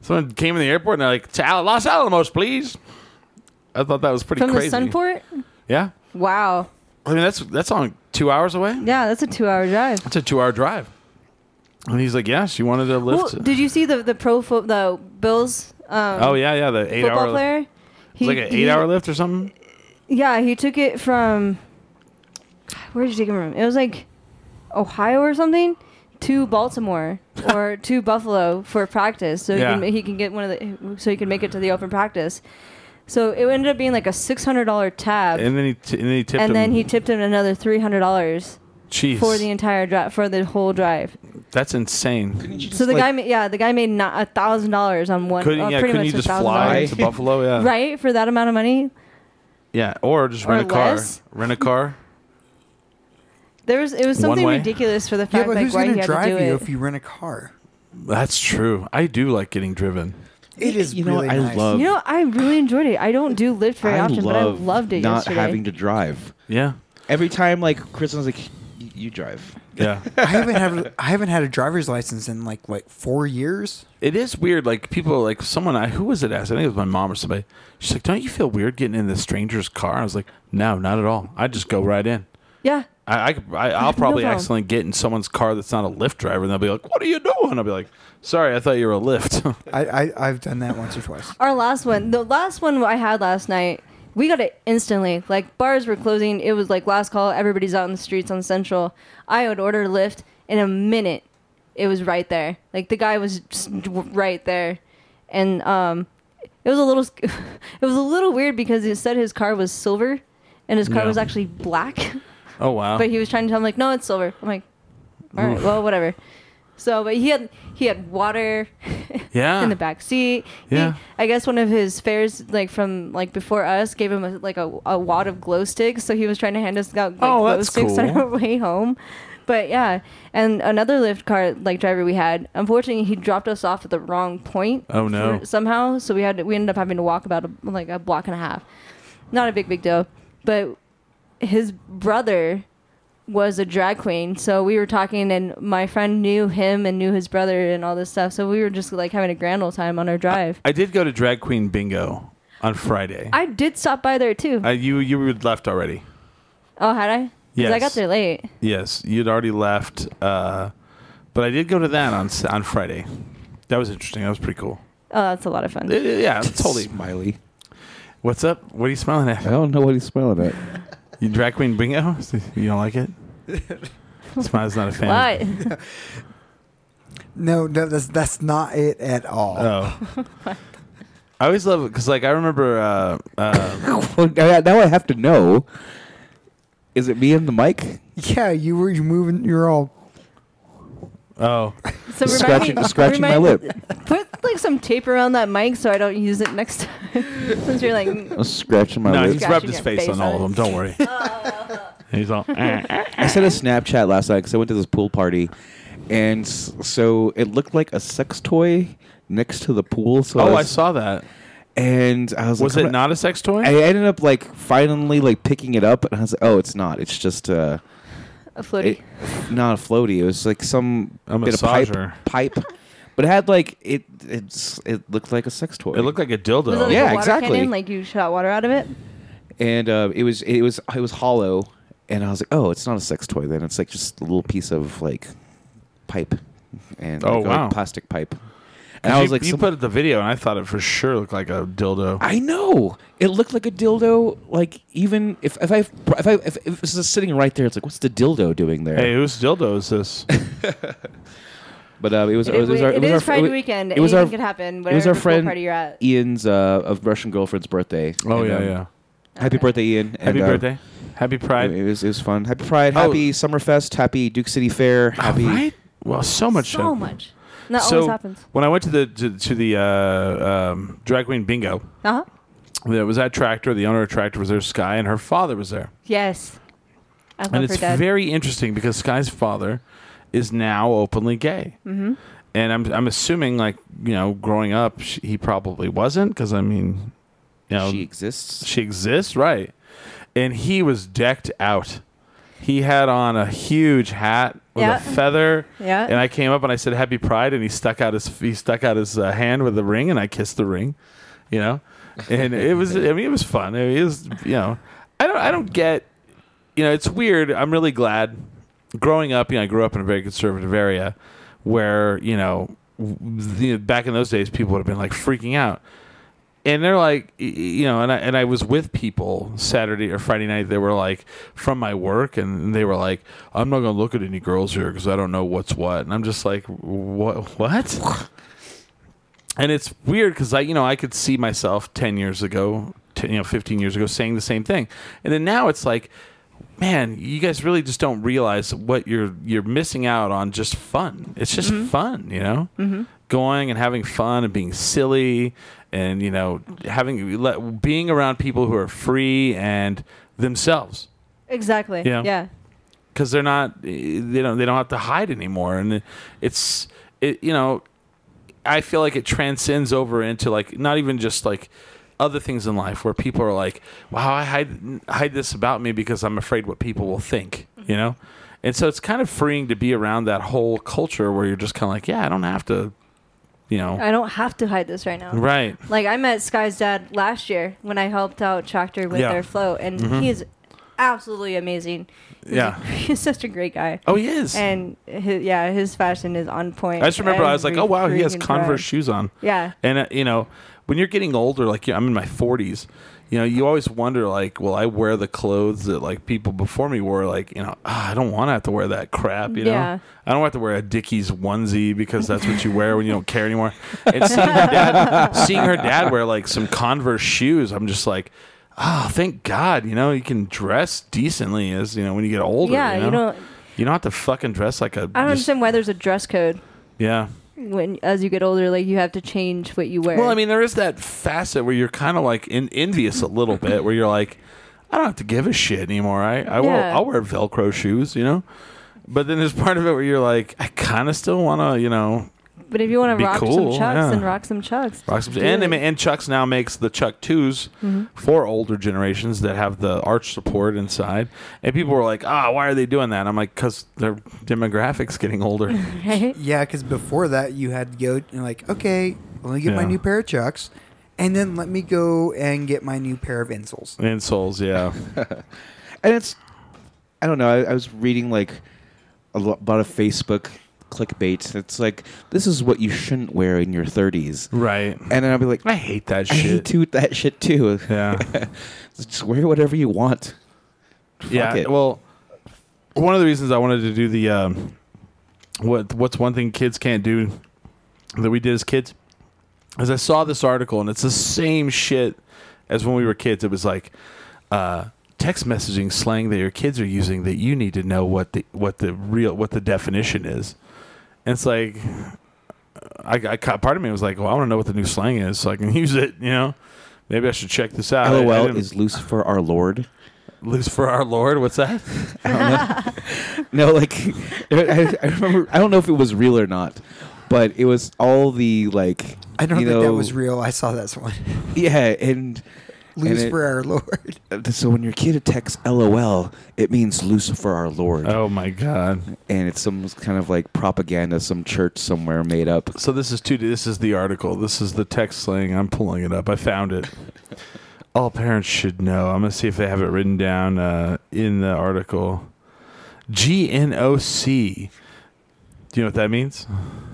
B: Someone came in the airport and they're like, to Al- Los Alamos, please. I thought that was pretty
C: From
B: crazy.
C: the Sunport?
B: Yeah.
C: Wow.
B: I mean that's that's on two hours away.
C: Yeah, that's a two hour drive.
B: It's a two hour drive. And he's like, Yeah, she wanted a
C: Well,
B: lift.
C: did you see the, the pro fo- the Bills um,
B: Oh yeah, yeah, the eight
C: football
B: hour
C: player?
B: It's
C: He-
B: like an eight
C: he-
B: hour lift or something.
C: Yeah, he took it from. Where did you take it from? It was like Ohio or something to Baltimore or to Buffalo for practice, so
B: Yeah.
C: he, can, he can get one of the so he can make it to the open practice. So it ended up being like a six hundred dollar tab, and,
B: And then he t- and then he tipped him.
C: then he tipped him another three hundred dollars
B: Jeez,
C: for the entire drive for the whole drive.
B: that's insane.
C: So the guy, ma- yeah, the guy made not a thousand dollars on one.
B: Couldn't,
C: uh,
B: yeah,
C: pretty
B: couldn't
C: much
B: you just fly
C: $1,000.
B: to Buffalo? Yeah,
C: Right for that amount of money,
B: Yeah, or just
C: Or
B: rent a car.
C: less.
B: Rent a car.
C: there was it was
B: One
C: something
B: way?
C: ridiculous for the
D: Yeah,
C: fact
D: but
C: like
D: who's
C: why
D: going
C: he
D: to
C: had to
D: drive
C: do
D: you
C: it.
D: if you rent a car?
B: That's true. I do like getting driven.
D: It is
E: You know,
D: really
E: I
D: nice.
E: love.
C: You know, I really enjoyed it. I don't do Lyft very often, but I loved it
E: not
C: yesterday.
E: having to drive.
B: Yeah,
E: Every time, like Chris was like, "You you drive."
B: yeah.
D: I haven't had I haven't had a driver's license in like like four years.
B: it is weird. Like people, like someone. I who was it? Asked. I think it was my mom or somebody. She's like, "Don't you feel weird getting in the stranger's car?" I was like, "No, not at all. I just go right in."
C: yeah.
B: I, I, could- I I'll probably
C: problem.
B: accidentally get in someone's car that's not a Lyft driver, and they'll be like, "What are you doing?" I'll be like, "Sorry, I thought you were a Lyft."
D: I, I I've done that once or twice.
C: Our last one, the last one I had last night, we got it instantly. Like bars were closing. It was like last call. Everybody's out in the streets on Central. I would order Lyft in a minute. It was right there. Like the guy was just right there, and um, it was a little, sc- it was a little weird because he said his car was silver, and his car
B: Yeah.
C: was actually black.
B: oh wow!
C: but he was trying to tell him like, no, it's silver. I'm like, all right, well, whatever. So, but he had he had water
B: yeah,
C: in the back seat. He-
B: Ah. Yeah.
C: I guess one of his fares, like from like before us, gave him a, like a, a wad of glow sticks. So he was trying to hand us out like,
B: Oh,
C: glow
B: that's
C: sticks on
B: cool.
C: our way home. But yeah, and another Lyft car like driver we had, unfortunately, he dropped us off at the wrong point.
B: Oh, no.
C: for- Somehow, so we had we ended up having to walk about a, like a block and a half. Not a big big deal, but his brother was a drag queen. So we were talking, and my friend knew him and knew his brother and all this stuff. So we were just like having a grand old time on our drive.
B: I did go to drag queen bingo on Friday.
C: I did stop by there too.
B: uh, you you were left already.
C: oh, had I? 'Cause I
B: Yes.
C: got there late.
B: Yes, you'd already left. Uh, but I did go to that on s- on Friday. That was interesting. That was pretty cool.
C: Oh, that's a lot of fun.
B: Uh, yeah, totally.
E: Smiley.
B: What's up? What are you smiling
E: I
B: at?
E: don't know what he's smiling at.
B: You drag queen bingo? You don't like it? Smile's not a fan.
C: What?
D: No, no, that's that's not it at all.
B: Oh. I always love it because, like, I remember. Uh, uh,
E: Well, now now I have to know. Is it me and the mic?
D: Yeah, you were you moving. You're all.
B: oh,
C: so remind
E: Scratching,
C: me,
E: scratching my
C: remind-
E: lip.
C: Put like some tape around that mic so I don't use it next time. Since you're like,
E: I was scratching my
B: No,
E: lips.
B: he's rubbed
C: Scratching
B: his
C: your
B: face
C: face
B: on all of them.
C: on it.
B: Don't worry. he's all. "Eh, eh."
E: I sent a Snapchat last night because I went to this pool party, and s- so it looked like a sex toy next to the pool. So
B: Oh, I
E: was-
B: saw that.
E: And I was,
B: Was
E: like,
B: it
E: "I'm
B: not a sex toy?
E: I ended up like finally like picking it up, and I was like, "Oh, it's not. It's just uh,
C: a floaty.
E: it, not a floaty. It was like some
B: A
E: bit of pipe,
B: massager.
E: pipe, but it had like it. It's it looked like a sex toy.
B: It looked like a dildo.
C: Was it like
E: Yeah,
C: a water
E: exactly.
C: cannon? Like you shot water out of it?
E: and uh, it was it was it was hollow, and I was like, "Oh, it's not a sex toy. Then it's like just a little piece of like pipe, and
B: Oh,
E: like, a
B: wow.
E: plastic pipe." And
B: And
E: I
B: you,
E: was like,
B: you
E: some-
B: put the video, and I thought it for sure looked like a dildo.
E: I know. It looked like a dildo. Like even if if I if I if, if it's just sitting right there, it's like what's the dildo doing there?
B: Hey, whose dildo is this?
E: But um, it was
C: It
E: it was,
C: is-
E: our,
C: it
E: was
C: is
E: our
C: Pride
E: it wa-
C: weekend.
E: It was our
C: Anything could happen,
E: it was
C: whatever
E: our
C: pool
E: friend
C: party you're at.
E: Ian's uh, of Russian girlfriend's birthday.
B: Oh
E: And,
B: yeah,
E: um,
B: yeah.
E: Happy birthday, Ian!
B: Happy
E: and, uh,
B: birthday. Happy Pride.
E: It was it was fun. Happy Pride.
B: Oh.
E: Happy Summerfest. Happy Duke City Fair. Happy.
B: right? Well, so much.
C: so
B: happened.
C: much. Not
B: so
C: always happens.
B: when I went to the to, to the uh, um, drag queen bingo,
C: Uh huh.
B: there was that tractor. The owner of tractor was there, Sky, and her father was there.
C: Yes. I love
B: and
C: her
B: it's
C: dad.
B: very interesting because Sky's father is now openly gay. Mm-hmm. And I'm I'm assuming like you know growing up sh he probably wasn't because I mean you know
E: She exists.
B: she exists right, and he was decked out. He had on a huge hat with
C: Yeah.
B: a feather.
C: Yeah.
B: And I came up and I said Happy Pride, and he stuck out his he stuck out his uh, hand with the ring, and I kissed the ring, you know, and it was I mean it was fun. I mean, it was you know I don't I don't get you know, it's weird. I'm really glad. Growing up, you know, I grew up in a very conservative area where, you know, w- the, back in those days, people would have been like freaking out. And they're like, y- y- you know, and I, and I was with people Saturday or Friday night. They were like from my work, and they were like, "I'm not gonna look at any girls here because I don't know what's what." And I'm just like, "What? What?" and it's weird because I, you know, I could see myself ten years ago, 10, you know, fifteen years ago, saying the same thing, and then now it's like, man, you guys really just don't realize what you're you're missing out on. Just fun. It's just fun, you know. Mm-hmm. Going and having fun and being silly, and you know, having let, being around people who are free and themselves
C: exactly.
B: Yeah.
C: Yeah.
B: because they're not eh, they don't they don't have to hide anymore and it- it's it you know i feel like it transcends over into like not even just like other things in life where people are like wow i hide hide this about me because i'm afraid what people will think
C: Mm-hmm.
B: you know and so it's kind of freeing to be around that whole culture where you're just kind of like yeah i don't have to you know
C: I don't have to hide this right now.
B: right
C: Like I met Sky's dad last year when I helped out Tractor with
B: Yeah.
C: their float, and
E: Mm-hmm.
C: he is absolutely amazing. He's
B: Yeah.
C: a- he's such a great guy.
B: oh he is
C: And his, yeah, his fashion is on point.
B: i just remember i was like
C: every
B: oh wow he has
C: freaking
B: converse
C: time.
B: shoes on
C: Yeah.
B: And uh, you know, when you're getting older, like you know, I'm in my 40s, you know, you always wonder, like, will I wear the clothes that like people before me wore? Like, you know, ah, I don't want to have to wear that crap. You
C: Yeah.
B: know, I don't have to wear a Dickies onesie because that's what you wear when you don't care anymore. And seeing her dad, seeing her dad wear like some Converse shoes, I'm just like. Oh, thank God! You know you can dress decently as you know when you get older.
C: Yeah,
B: you know
C: you don't-
B: you don't have to fucking dress like a.
C: I don't
B: just-
C: understand why there's a dress code
B: Yeah,
C: when as you get older, like you have to change what you wear.
B: Well, I mean, there is that facet where you're kind of like in, envious a little bit, where you're like, I don't have to give a shit anymore. I, I will,
C: Yeah.
B: I'll wear Velcro shoes, you know. But then there's part of it where you're like, I kind of still want to, you know,
C: but if you want
B: be
C: to rock some
B: cool,
C: chucks,
B: yeah.
C: then rock some chucks.
B: rock some.
C: Do
B: And,
C: it.
B: they ma- and Chuck's now makes the Chuck 2s for older generations that have the arch support inside. And people were like, ah, why are they doing that? I'm like, because their demographics getting older.
C: right?
D: Yeah, because before that, you had to go and like, okay, let me get my
B: Yeah.
D: new pair of chucks, and then let me go and get my new pair of insoles.
B: Insoles, yeah.
E: and it's i don't know i, I was reading like a lo- lot of facebook clickbait it's like this is what you shouldn't wear in your 30s
B: right.
E: and then i'll be like
B: I hate that
E: i hate
B: shit.
E: to that shit too
B: Yeah.
E: just wear whatever you want
B: yeah.
E: it.
B: Well, one of the reasons I wanted to do the um, what what's one thing kids can't do that we did as kids is I saw this article and it's the same shit as when we were kids. It was like uh, text messaging slang that your kids are using that you need to know what the what the real what the definition is. And it's like. I, I ca- part of me was like, well, I want to know what the new slang is so I can use it, you know. Maybe I should check this out. I- I
E: LOL
B: didn't-
E: is Lucifer our Lord.
B: Lucifer our Lord. What's that?
E: No, like I, I remember. I don't know if it was real or not, but it was all the like.
D: I don't
E: you
D: think
E: know,
D: that was real. I saw this one.
E: Yeah, and
D: Lose
E: it- Uh,
D: for our Lord.
E: so when your kid texts LOL, it means Lucifer our Lord,
B: Oh my God!
E: and it's some kind of like propaganda, some church somewhere made up.
B: So this is two. This is the article. This is the text sling. I'm pulling it up. I found it. All parents should know. I'm gonna see if they have it written down uh, in the article. G N O C. Do you know what that means?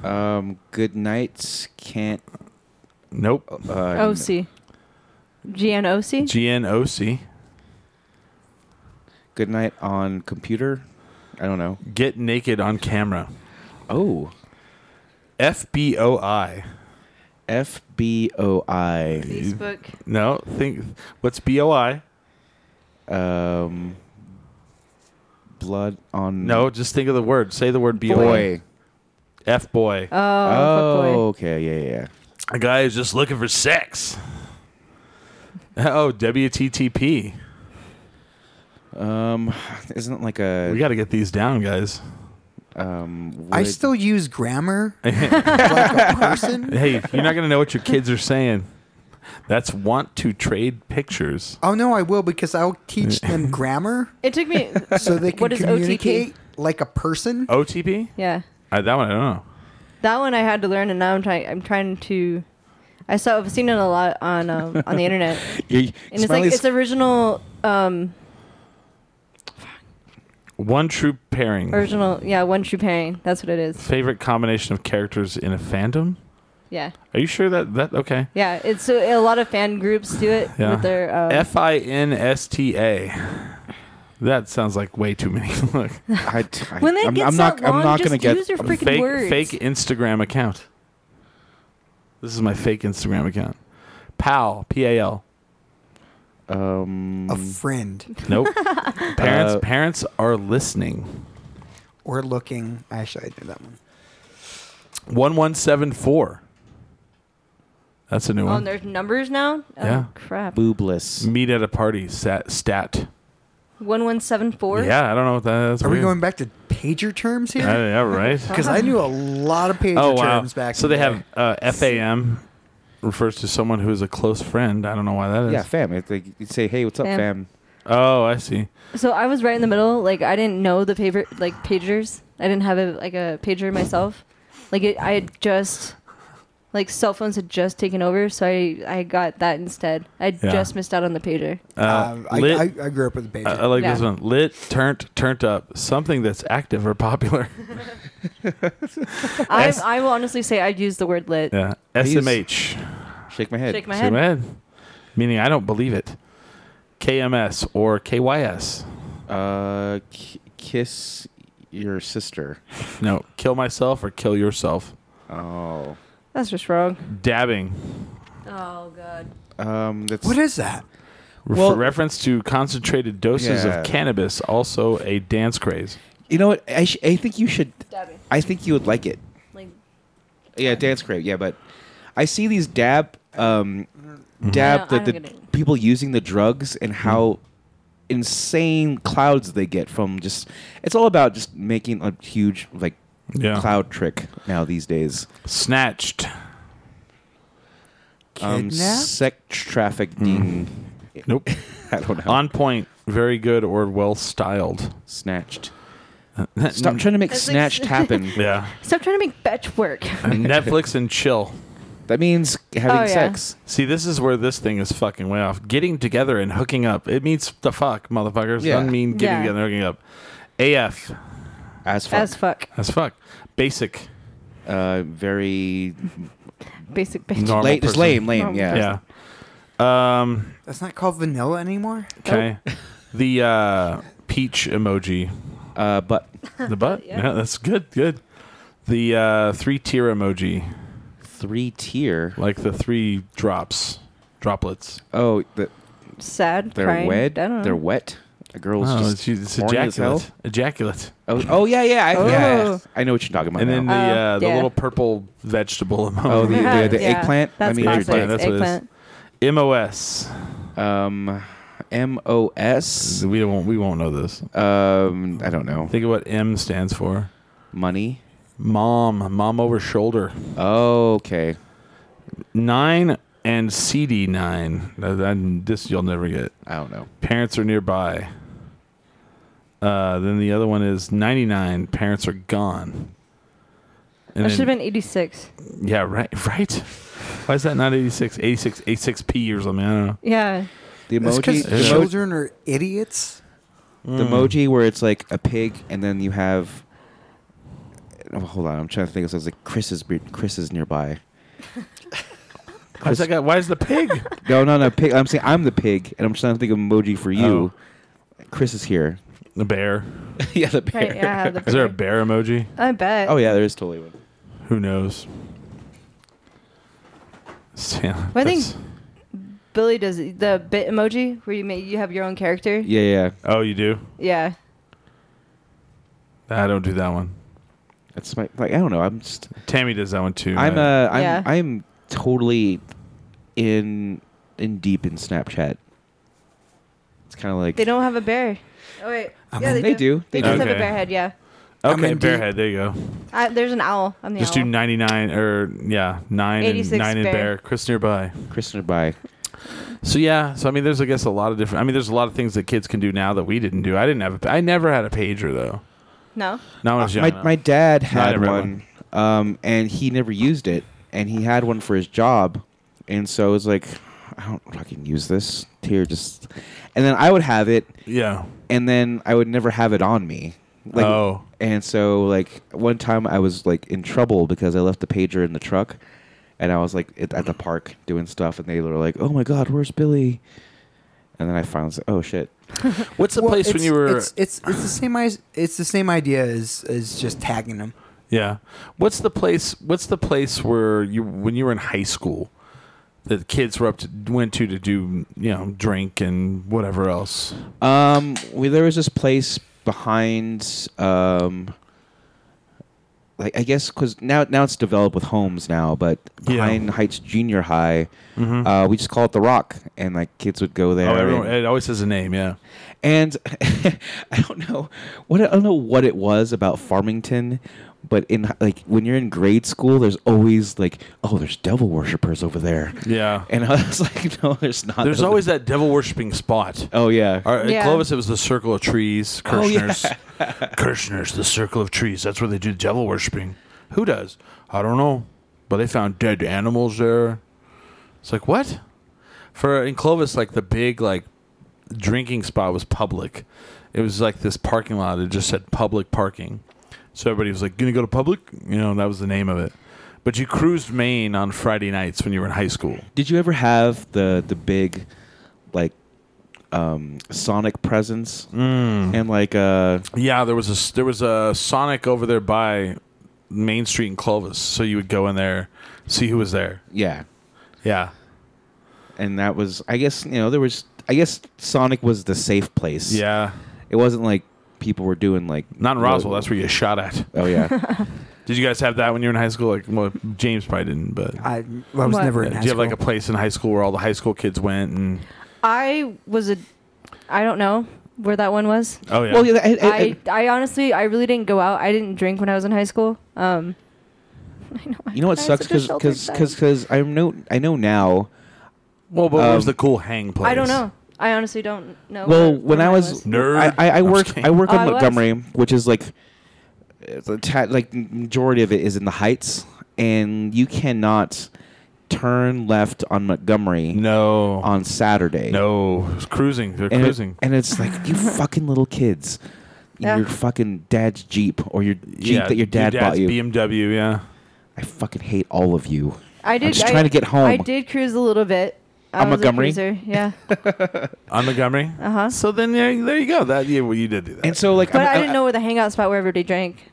E: Um, good nights can't.
B: Nope.
E: Uh,
C: OC. GNOC?
B: G N O C.
E: Good night on computer. I don't know.
B: Get naked on camera.
E: Oh,
B: F B O I.
E: F B O I.
C: Facebook.
B: No, think what's B O I?
E: Um, blood on
B: No, just think of the word. Say the word B O I.
E: boy.
B: F boy.
C: Oh,
E: Oh,
C: oh.
E: okay, yeah, yeah.
B: A guy who's just looking for sex. Oh, WTTP.
E: yeah. Um, isn't it like a
B: We got to get these down, guys.
E: um?
D: I
E: would-
D: still use grammar like a person.
B: Hey, you're not going to know what your kids are saying. That's want to trade pictures.
D: Oh no, I will because I'll teach them grammar
C: It took me.
D: so they can
C: What is OTP?
D: communicate like a person.
B: OTP?
C: yeah.
B: Uh, that one I don't know.
C: That one I had to learn, and now I'm trying. I'm trying to. I saw. I've seen it a lot on um, on the internet,
E: You-
C: and it's like
E: Smiley's-
C: it's original, um,
B: One true pairing.
C: original. Yeah, one true pairing. That's what it is.
B: Favorite combination of characters in a fandom?
C: Yeah,
B: Are you sure that that okay?
C: yeah. It's so a lot of fan groups do it
B: Yeah.
C: with their. Um,
B: F I N S T A. That sounds like way too many. Look,
E: I, I,
C: when it
E: I'm,
C: gets
E: I'm not.
C: that long,
E: I'm not
C: just
E: gonna get.
C: use your freaking
B: fake
C: words.
B: fake Instagram account. This is my fake Instagram account. Pal, P A L.
E: um,
D: A friend
B: Nope. parents,
E: Uh,
B: parents are listening.
D: or looking. Actually, I did that one.
B: One one seven four. That's a new
C: Oh,
B: one.
C: and there's numbers now. Oh,
B: Yeah.
C: Crap.
E: boobless.
B: Meet at a party. Sat, stat.
C: One one seven four.
B: Yeah, I don't know what that is.
D: Are we going back to pager terms
B: I,
D: here?
B: yeah, right.
D: Because I knew a lot of pager
B: oh wow.
D: terms back.
B: So
D: in
B: they
D: the
B: have
D: day.
B: uh, FAM refers to someone who is a close friend. I don't know why that is.
E: Yeah, fam. It's like you say, hey, what's up,
C: Fam.
E: fam?
B: Oh, I see.
C: So I was right in the middle. Like I didn't know the paper, like pagers. I didn't have a, like a pager myself. Like it, I had just like cell phones had just taken over, so I I got that instead. I
B: Yeah.
C: just missed out on the pager.
B: Uh,
D: Uh, I,
B: lit,
D: I, I grew up with a pager.
B: I- I like this
C: Yeah.
B: one. Lit, turnt, turnt up. Something that's active or popular.
C: I
B: S-
C: I will honestly say I'd use the word lit.
B: Yeah.
E: use-
B: SMH.
E: Shake my head.
C: Shake my
B: Same
C: head.
B: ad. Meaning I don't believe it. KMS or KYS.
E: Uh, k- kiss your sister.
B: No, kill myself or kill yourself.
E: Oh.
C: That's just wrong.
B: Dabbing.
C: Oh god.
E: Um, that's
D: what is that?
B: Ref-
E: Well-
B: reference to concentrated doses
E: Yeah.
B: of cannabis, also a dance craze.
E: you know what? I, sh- I think you should.
C: Dabbing.
E: I think you would like it.
C: Like
E: Yeah, dance crave. Yeah, but I see these dab, um,
B: Mm-hmm.
E: dab
C: I
E: the,
C: don't- I
E: the
C: don't get it.
E: people using the drugs and how insane clouds they get from just. It's all about just making a huge like
B: Yeah.
E: cloud trick now these days.
B: Snatched.
E: Um,
D: Kidnap?
E: sex trafficking.
B: Nope.
E: I don't know.
B: Mm. On point. Very good or well styled.
E: snatched.
B: Uh,
E: Stop trying to make
C: That's like-
E: snatched happen.
B: Yeah.
C: stop trying to make batch work.
B: Netflix and chill.
E: That means having
C: Oh, yeah.
E: sex.
B: See, this is where this thing is fucking way off. Getting together and hooking up. It means the fuck, motherfuckers.
E: Yeah.
B: Doesn't mean getting
C: Yeah.
B: together and hooking up. AF.
E: As fuck.
C: As fuck.
B: That's fuck. Basic.
E: uh, very
C: Basic bitch.
B: Normal
E: late. Just
B: person.
E: lame, lame.
C: Normal
E: Yeah.
B: Yeah. Um,
D: That's not called vanilla anymore.
B: okay. The uh, peach emoji.
E: Uh, but
B: The butt. yeah. that's good. Good. The uh, three tier emoji,
E: three tier.
B: like the three drops, droplets.
E: Oh, the,
C: Sad.
E: they're
C: crying.
E: wet.
C: I don't know.
E: They're wet. A girl's
B: Oh,
E: just
B: it's, it's
E: horny as hell.
B: ejaculate. Ejaculate.
E: Oh, oh yeah, yeah. I, yeah.
C: Oh.
E: I know what you're talking about.
B: And then the
E: now.
B: uh, the
C: yeah.
B: little purple vegetable emoji.
E: oh, the, the, the
C: Yeah.
E: eggplant.
C: That's
E: I mean,
B: classic.
E: eggplant.
B: Eggplant, that's what it is. MOS.
E: Um, M O S.
B: We won't. We won't know this.
E: Um, I don't know.
B: Think of what M stands for.
E: Money.
B: Mom. Mom over shoulder.
E: Okay.
B: Nine and CD nine. That- that- this you'll never get.
E: I don't know.
B: Parents are nearby. Uh, then the other one is ninety nine. Parents are gone. And
C: I should have
B: then-
C: been 86.
B: Yeah. Right. Right. Why is that not 86? 86, 86P or something. I don't know.
C: Yeah.
E: The
D: That's
E: emoji.
D: 'cause
E: The, emo-
D: children are idiots.
E: the emoji where it's like a pig, and then you have. oh, hold on, I'm trying to think. It was like Chris is be- Chris is nearby.
B: Why is, that guy, why is the pig?
E: No, no, no. Pig. I'm saying I'm the pig, and I'm trying to think of emoji for you. Chris is here.
B: the bear.
E: yeah, the bear.
C: Right. Yeah. I have the
B: Is there a bear emoji?
C: I bet.
E: Oh yeah, there is totally one.
B: Who knows? Yeah,
C: Well, I think-
B: that's-
C: Billy does the bit emoji where you make you have your own character.
E: Yeah, yeah, yeah.
B: Oh, you do?
C: Yeah.
B: I don't do that one.
E: That's my like. I don't know. I'm just.
B: Tammy does that one too.
E: I'm
B: right?
E: uh. I'm,
C: Yeah.
E: I'm totally in in deep in Snapchat. It's kind of like
C: They don't have a bear. Oh wait. yeah,
E: they do.
C: They
E: They
C: just have
B: Okay.
C: a bear head. Yeah.
D: I'm
B: okay.
D: in
B: Bearhead.
D: deep.
B: There you go.
C: I, there's an owl. I'm the
B: Just
C: owl.
B: do 99 or yeah, nine and
C: 86
B: nine and
C: bear.
B: bear. Chris nearby.
E: Chris nearby.
B: So yeah. So I mean, there's I guess a lot of different. I mean, there's a lot of things that kids can do now that we didn't do. I didn't have. A, I never had a pager though.
C: no.
B: Not when I was young.
E: my
B: no.
E: my dad had
B: never had
E: one, um, and he never used it, and he had one for his job, and so it was like, I don't fucking use this here, just, and then I would have it,
B: yeah.
E: and then I would never have it on me. Like,
B: Oh.
E: And so, like one time, I was like in trouble because I left the pager in the truck, and I was like at, at the park doing stuff, and they were like, "Oh my god, where's Billy?" And then I finally said, "Oh shit."
B: What's the
D: Well,
B: place when
D: it's-
B: you were?
D: It's it's, it's the same i- It's the same idea as as just tagging them.
B: Yeah. What's the place? What's the place where you when you were in high school that the kids were up to went to to do you know drink and whatever else?
E: Um, we, there was this place behind, um, like I guess because now now it's developed with homes now, but
B: Yeah. Mm-hmm.
E: behind Heights Junior High, uh, we just call it the Rock, and like kids would go there.
B: Oh, everyone,
E: and
B: it always has a name. Yeah.
E: and I don't know what I don't know what it was about Farmington. But in like when you're in grade school, there's always like, oh, there's devil worshippers over there,
B: Yeah.
E: and I was like, no, there's not.
B: There's always that devil worshipping spot.
E: Oh yeah,
B: Our,
C: Yeah.
B: At Clovis, it was the Circle of Trees, Kirshner's. Kirshner's, the Circle of Trees. That's where they do devil worshipping. Who does? I don't know. But they found dead animals there. It's like, what? For in Clovis, like the big, like, drinking spot was public. It was like this parking lot that just said public parking. So everybody was like, gonna go to public? You know, that was the name of it. But you cruised Maine on Friday nights when you were in high school.
E: Did you ever have the the big, like, um, sonic presence
B: Mm.
E: and like uh
B: Yeah, there was a s- there was a Sonic over there by Main Street in Clovis, so you would go in there, see who was there.
E: yeah,
B: Yeah,
E: and that was I guess you know there was I guess Sonic was the safe place.
B: yeah.
E: it wasn't like people were doing like
B: Not in Roswell. That's where you get shot at.
E: oh yeah.
B: Did you guys have that when you were in high school? Like, well, James probably didn't, but
D: I, I was
C: What?
D: never
B: did
D: in
B: Uh, you
D: high
B: have like a
D: school.
B: place in high school where all the high school kids went? And
C: I was a. I don't know where that one was.
B: oh yeah,
E: Well, yeah, I, I-
C: I, I honestly I really didn't go out. I didn't drink when I was in high school. Um, I know. I
E: you know what
C: had
E: sucks
C: such a
E: because
C: sheltered time.
E: because because I know I know now.
B: well, but where's
E: um,
B: the cool hang place?
C: I don't know. I honestly don't know.
E: Well,
C: where-
E: when
C: where
E: I was
B: Nerd.
E: I, I, I
B: I'm
E: work
B: just kidding.
E: I work
C: Oh,
E: on
C: I was.
E: Montgomery, which is like it's a ta- like majority of it is in the Heights, and you cannot turn left on Montgomery
B: No,
E: on Saturday.
B: no, it was cruising. They're
E: and, it-
B: cruising.
E: and it's like you fucking little kids, in
C: Yeah.
E: your fucking dad's Jeep or your Jeep that your
B: your
E: dad
B: dad's
E: bought you.
B: BMW. Yeah,
E: I fucking hate all of you.
C: I did.
E: just
C: I-
E: trying to get home.
C: I did cruise a little bit. I
E: On
C: was a
E: Montgomery?
C: cruiser, Yeah, but
B: on Montgomery. Uh
C: Uh-huh.
B: huh. So then there, there you go. That yeah, well, you did do that.
E: And so like, I'm- uh,
C: I didn't know where the hangout spot where everybody drank.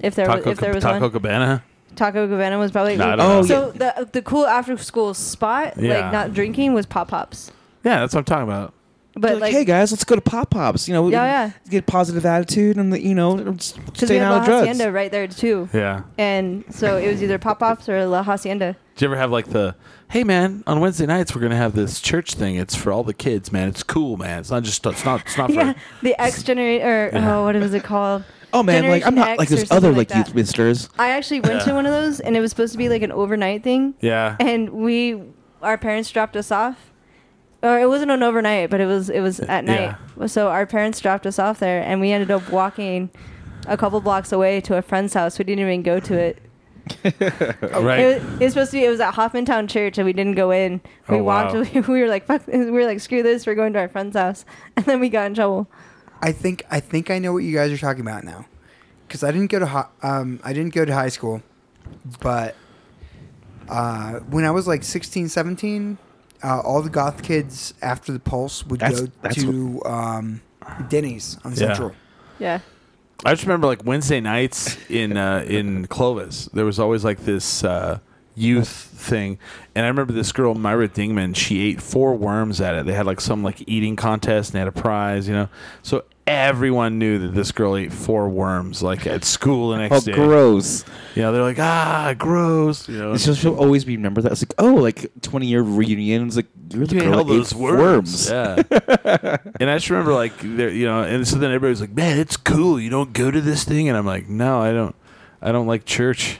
C: If there was,
B: Taco,
C: if there was
B: Taco
C: one,
B: Cabana.
C: Taco Cabana was probably.
B: No, I don't
E: Oh,
B: know.
E: yeah.
C: so the the cool after school spot,
B: Yeah.
C: like not drinking, was pop pops.
B: Yeah, that's what I'm talking about.
C: But
E: like,
C: like,
E: hey guys, let's go to Pop Pops. You know,
C: Yeah, yeah.
E: get positive attitude and the, you know, s-
C: because we
E: staying
C: had
E: out
C: La
E: of drugs.
C: Hacienda right there too,
B: Yeah.
C: and so it was either Pop Pops or La Hacienda.
B: Do you ever have like the hey man on Wednesday nights we're gonna have this church thing? It's for all the kids, man. It's cool, man. It's not just it's not it's not for
C: Yeah, the X generation or
B: Yeah.
C: oh, what was it called?
E: Oh man, like
C: Generation
E: I'm not
C: X
E: like
C: or
E: those
C: something
E: other
C: like
E: like,
C: that.
E: youth ministers.
C: I actually went to
B: Yeah.
C: one of those, and it was supposed to be like an overnight thing.
B: yeah.
C: and we our parents dropped us off or it wasn't an overnight but it was it was at night so our parents dropped us off there and we ended up walking a couple blocks away to a friend's house we didn't even go to it
B: Oh, right.
C: it was, it was supposed to be it was at hoffmantown church and we didn't go in we
B: Oh,
C: walked
B: wow.
C: we, were like fuck we were like screw this we're going to our friend's house and then we got in trouble
D: I think I think I know what you guys are talking about now, because I didn't go to hi- um, I didn't go to high school, but uh, when I was like 16, 17, uh, all the goth kids after the Pulse would
E: That's-
D: go
E: that's
D: to um, Denny's on Central.
C: yeah
B: I just remember like Wednesday nights in uh, in Clovis, there was always like this uh, youth thing, and I remember this girl Myra Dingman. She ate four worms at it. They had like some like eating contest and they had a prize, you know. So everyone knew that this girl ate four worms like at school the next
E: Oh,
B: day.
E: gross!
B: Yeah, they're like ah, gross. You know,
E: It's just- she'll always be remembered that. It's like oh, like 20 year reunion. It's like you're the
B: You ate
E: girl
B: all
E: that ate
B: those worms. Yeah. and I just remember like there, you know, and so then everybody was like, "Man, it's cool. You don't go to this thing." And I'm like, "No, I don't. I don't like church."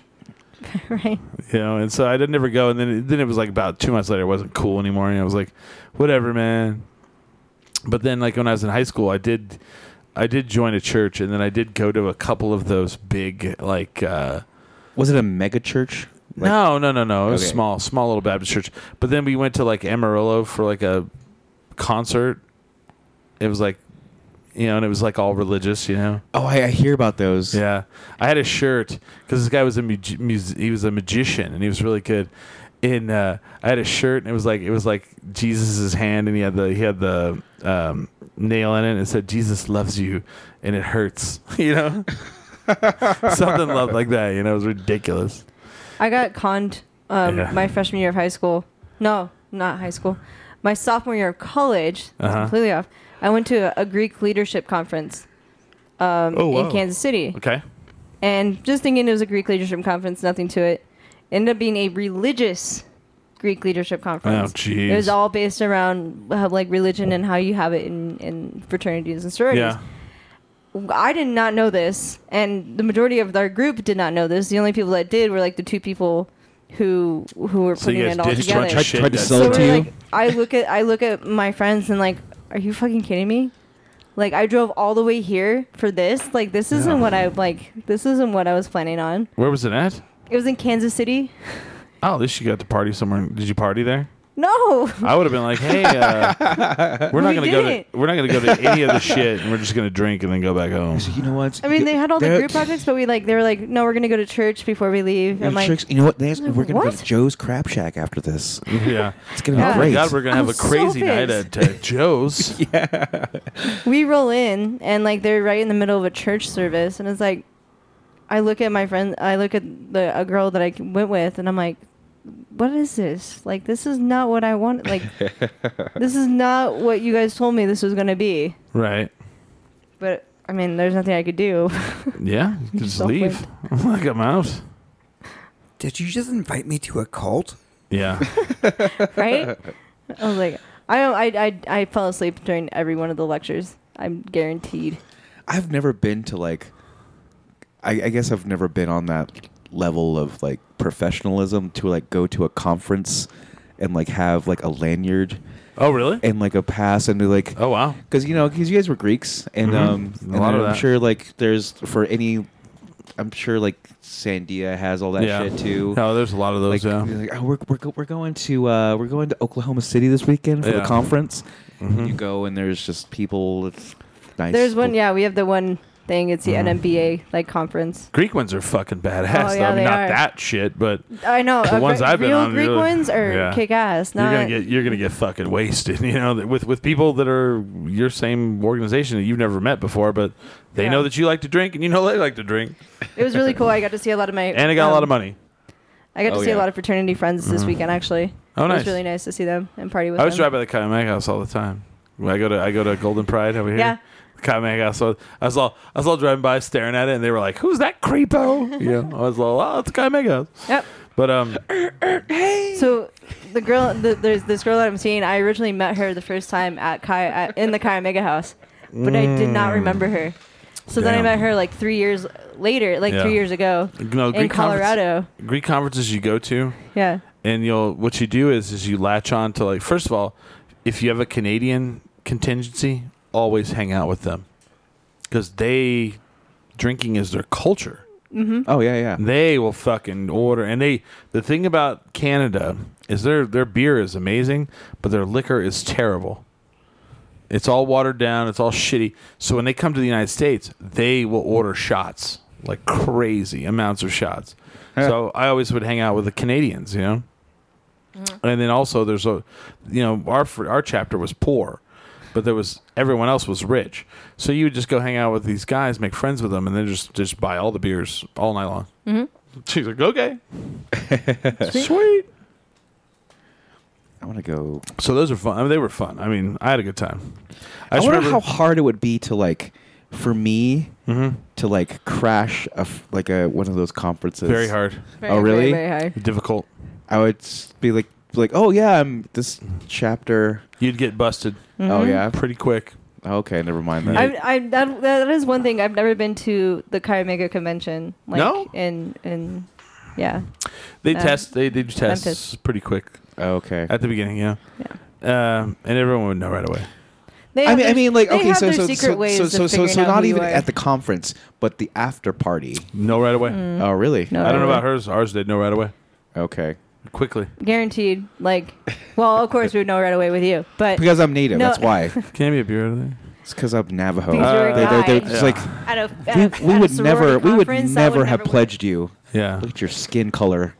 C: right
B: you know and so i didn't ever go and then it, then it was like about two months later it wasn't cool anymore and i was like whatever man but then like when i was in high school i did i did join a church and then i did go to a couple of those big like uh
E: Was it a mega church? Like-
B: no no no no it was
E: Okay.
B: small small little baptist church but then we went to like amarillo for like a concert it was like you know and it was like all religious you know
E: Oh, I, I hear about those.
B: yeah, I had a shirt because this guy was a magi- mus- he was a magician and he was really good. And uh, I had a shirt and it was like it was like Jesus's hand and he had the he had the um, nail in it and it said Jesus loves you and it hurts you know something lo- like that you know it was ridiculous.
C: I got conned um,
B: Yeah.
C: my freshman year of high school. No, not high school. My sophomore year of college. That's
B: Uh-huh.
C: completely off. I went to a, a Greek leadership conference um,
B: Oh, wow.
C: in Kansas City,
B: Okay,
C: and just thinking it was a Greek leadership conference, nothing to it. Ended up being a religious Greek leadership conference.
B: Oh, jeez.
C: It was all based around uh, like religion and how you have it in, in fraternities and sororities.
B: yeah,
C: I did not know this, and the majority of our group did not know this. The only people that did were like the two people who who were
B: So you
C: putting
B: guys
C: it all
B: ditched a bunch
C: together.
B: of
E: Tried, tried to
B: Shit,
E: sell it
C: we're
E: to you.
C: like, I look at I look at my friends and like, are you fucking kidding me? Like I drove all the way here for this. Like this isn't what I like. This isn't what I was planning on.
B: where was it at?
C: It was in Kansas City.
B: Oh, at least you got to party somewhere. Did you party there?
C: No,
B: I would have been like, "Hey, uh, we're not
C: Mm-hmm. We
B: gonna go to
C: didn't.
B: we're not gonna go to any of the shit, and we're just gonna drink and then go back home."
E: So you know what?
C: I mean they had all the
E: They're-
C: group projects, but we like they were like, no, we're gonna go to church before we leave.
E: they're
C: I'm like,
E: tricks- you know what? They- we're gonna go
C: what?
E: to Joe's Crab Shack after this.
B: Yeah.
E: It's gonna be
C: Yeah.
B: Oh my
E: great.
B: God, we're gonna have a
C: I'm
B: crazy
C: so
B: night
C: pissed.
B: at uh, Joe's.
C: we roll in and like they're right in the middle of a church service and it's like i look at my friend i look at the a girl that i went with and i'm like what is this like this is not what i wanted like this is not what you guys told me this was going to be
B: Right.
C: but i mean there's nothing i could do
B: Yeah. You can just
C: So
B: leave. like I'm out.
D: Did you just invite me to a cult?
B: Yeah.
C: right i was like I, don't- I i i fell asleep during every one of the lectures i'm guaranteed
E: I've never been to like. I, I guess I've never been on that level of like professionalism to like go to a conference and like have like a lanyard
B: Oh really?
E: and like a pass and to like
B: Oh wow.
E: because you know because you guys were Greeks and
B: Mhm.
E: um
B: A
E: and
B: lot of
E: I'm
B: that.
E: sure like there's for any I'm sure like Sandia has all that
B: yeah.
E: shit too.
B: Oh, there's a lot of
E: like,
B: those.
E: you're
B: yeah.
E: like, oh, we're, we're, go- we're going to uh, we're going to Oklahoma City this weekend for
B: Yeah.
E: the conference.
B: Mhm.
E: You go and there's just people. It's nice.
C: there's one yeah we have the one thing it's the nmba like conference
B: Greek ones are fucking badass.
C: Oh,
B: though.
C: yeah,
B: I mean,
C: they
B: not
C: are.
B: that shit, but
C: I know.
B: The
C: uh,
B: ones
C: gre-
B: I've been
C: real
B: on,
C: Greek
B: really-
C: ones are
B: yeah.
C: kick ass. Not
B: you're gonna get you're gonna get fucking wasted. You know, that- with with people that are your same organization that you've never met before, but they
C: Yeah.
B: know that you like to drink and you know they like to drink,
C: it was really cool. I got to see a lot of my
B: and they got a lot
C: um,
B: of money.
C: I got to
E: Oh,
C: see
E: yeah.
C: a lot of fraternity friends this weekend actually.
B: Oh,
C: it
B: nice.
C: was really nice to see them and party with
B: I was
C: them.
B: driving by the Kamek house all the time. When I go to I go to Golden Pride over here.
C: Yeah.
B: Come I got so I was all I was all driving by staring at it and they were like, Who's that creepo? You know, I was all oh it's Kai Mega.
C: Yep.
B: But um
C: So the girl, the, there's this girl that I'm seeing. I originally met her the first time at Chi at, in the Chi Omega house, but I did not remember her. So then
B: Mm.
C: I
B: Damn.
C: met her like three years later, like
B: Yeah.
C: three years ago
B: no,
C: in
B: Greek conference-
C: Colorado.
B: Greek conferences you go to
C: Yeah,
B: and you'll what you do is is you latch on to like first of all, if you have a Canadian contingency, always hang out with them. Because they drinking is their culture.
E: Oh yeah, yeah.
B: They will fucking order, and they. The thing about Canada is their their beer is amazing, but their liquor is terrible. It's all watered down. It's all shitty. So when they come to the United States, they will order shots like crazy amounts of shots. so I always would hang out with the Canadians, you know. And then also there's a, you know, our fr- our chapter was poor, but there was everyone else was rich. So you would just go hang out with these guys, make friends with them, and then just just buy all the beers all night long. Mm-hmm. She's like, okay, sweet.
E: I want to go.
B: So those are fun. I mean, they were fun. I mean, I had a good time.
E: I,
B: just
E: wonder
B: remember-
E: how hard it would be to like, for me,
B: Mm-hmm.
E: to like crash a f- like a one of those conferences.
B: very hard,
E: oh really?
C: Very, very high.
B: difficult.
E: I would s- be like, like, oh yeah, I'm this chapter.
B: You'd get busted
C: Mm-hmm.
E: Oh yeah.
B: pretty quick.
E: Okay, never mind that.
C: I, I that, that is one thing I've never been to the Chi Omega convention. Like,
B: No?
C: in in yeah,
B: They
C: Um,
B: test. They they do tests
C: Memphis.
B: pretty quick
E: okay.
B: at the beginning. Yeah.
C: Yeah.
B: Um, and everyone would know right away.
C: they
E: I
C: have
E: mean, I
C: their-
E: mean, like,
C: they
E: okay,
C: have
E: so
C: their
E: so
C: secret
E: so
C: ways
E: so
C: of
E: so so,
C: figuring
E: so
C: out
E: not
C: who you
E: even
C: are.
E: at the conference, but the after party.
B: Know right away.
E: Oh, really?
C: Mm-hmm. No.
B: I don't know
C: right
B: about hers. Ours they'd know right away,
E: Okay.
B: quickly.
C: guaranteed. Like, well, of course we would know right away with you, but
E: Because I'm native.
C: No.
E: That's why.
B: Can be a beer there.
E: It's because I'm Navajo.
C: Because
B: you're a
E: They- they- they're
C: guy.
E: just
B: Uh, Yeah.
E: like
C: at a, at
E: we,
C: a-
E: we
C: at a
E: would
C: sorority
E: never we would
C: conference, that
E: never have
C: work.
E: pledged you.
B: Yeah.
E: Look at your skin color.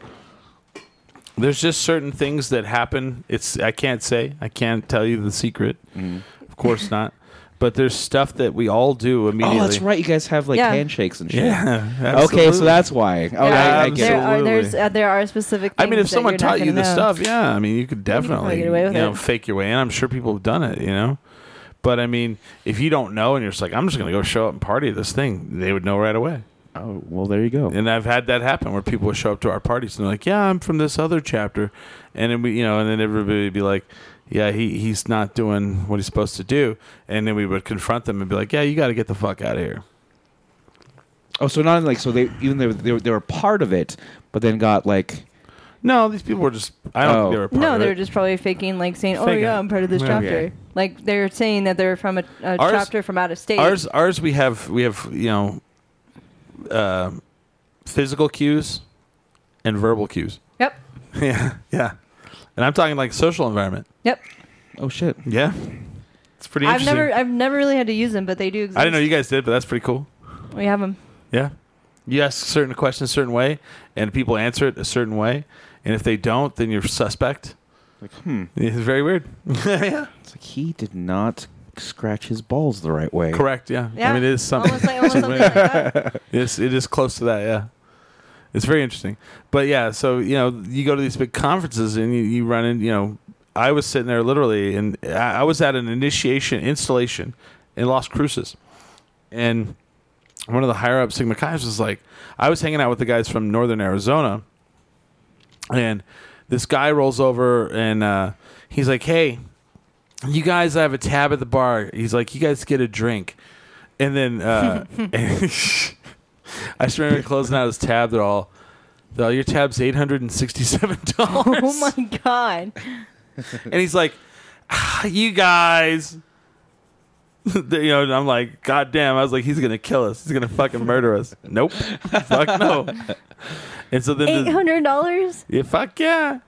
B: There's just certain things that happen. It's I can't say. I can't tell you the secret. Of course not. But there's stuff that we all do immediately.
E: Oh, that's right. You guys have like
C: Yeah.
E: handshakes and shit.
B: Yeah.
E: Okay, so
B: absolutely.
E: that's why. Okay, I get
C: um, There
E: it.
C: are there's
B: Absolutely.
C: uh, there are specific.
B: I mean,
C: things
B: if
C: that
B: someone
C: you're not
B: taught you
C: gonna
B: the
C: know.
B: stuff, yeah, I mean, you could
C: probably
B: definitely
C: get away with
B: you know
C: it.
B: fake your way in. I'm sure people have done it, you know. But I mean, if you don't know and you're just like, I'm just gonna go show up and party at this thing, they would know right away.
E: Oh, well, there you go.
B: And I've had that happen where people would show up to our parties and they're like, "Yeah, I'm from this other chapter," and then we, you know, and then everybody would be like, "Yeah, he he's not doing what he's supposed to do," and then we would confront them and be like, "Yeah, you got to get the fuck out of here."
E: Oh, so not like so they even they were, they were they were part of it, but then got like
B: No, these people were just. I don't
E: Oh.
B: think they were. Part
C: No,
B: of
C: they were
B: it.
C: just probably faking, like saying, "Oh
B: Fake
C: yeah,
B: it.
C: I'm part of this
B: Yeah.
C: chapter."
E: Okay.
C: Like they're saying that they're from a, a
B: Ours-
C: chapter from out of state.
B: ours ours we have we have you know um physical cues and verbal cues
C: Yep.
B: yeah yeah and i'm talking like social environment
C: Yep.
E: oh shit.
B: yeah it's pretty
C: I've
B: interesting
C: never, I've never really had to use them, but they do exist.
B: i didn't know you guys did but that's pretty cool
C: We have them.
B: yeah you ask certain questions a certain way and people answer it a certain way and if they don't then you're suspect
E: Like hmm,
B: it's very weird yeah
E: it's like he did not scratch his balls the right way.
B: correct yeah.
C: Yeah.
B: i mean it is something
C: Almost like, almost something like that.
B: It's it is close to that, yeah. It's very interesting. But yeah, so you know, you go to these big conferences and you, you run in, you know, I was sitting there literally and I, I was at an initiation installation in Las Cruces. And one of the higher up Sigma Chi's was like, I was hanging out with the guys from Northern Arizona, and this guy rolls over and uh, he's like, "Hey, you guys, I have a tab at the bar." He's like, "You guys get a drink," and then uh, I just remember closing out his tab. They're all, they're all, "Your tab's eight hundred and sixty-seven dollars."
C: Oh my god.
B: and he's like, ah, "You guys." you know, and I'm like, God damn! I was like, he's gonna kill us. He's gonna fucking murder us. Nope, fuck no. And so then,
C: Eight
B: the,
C: hundred dollars.
B: yeah, fuck yeah,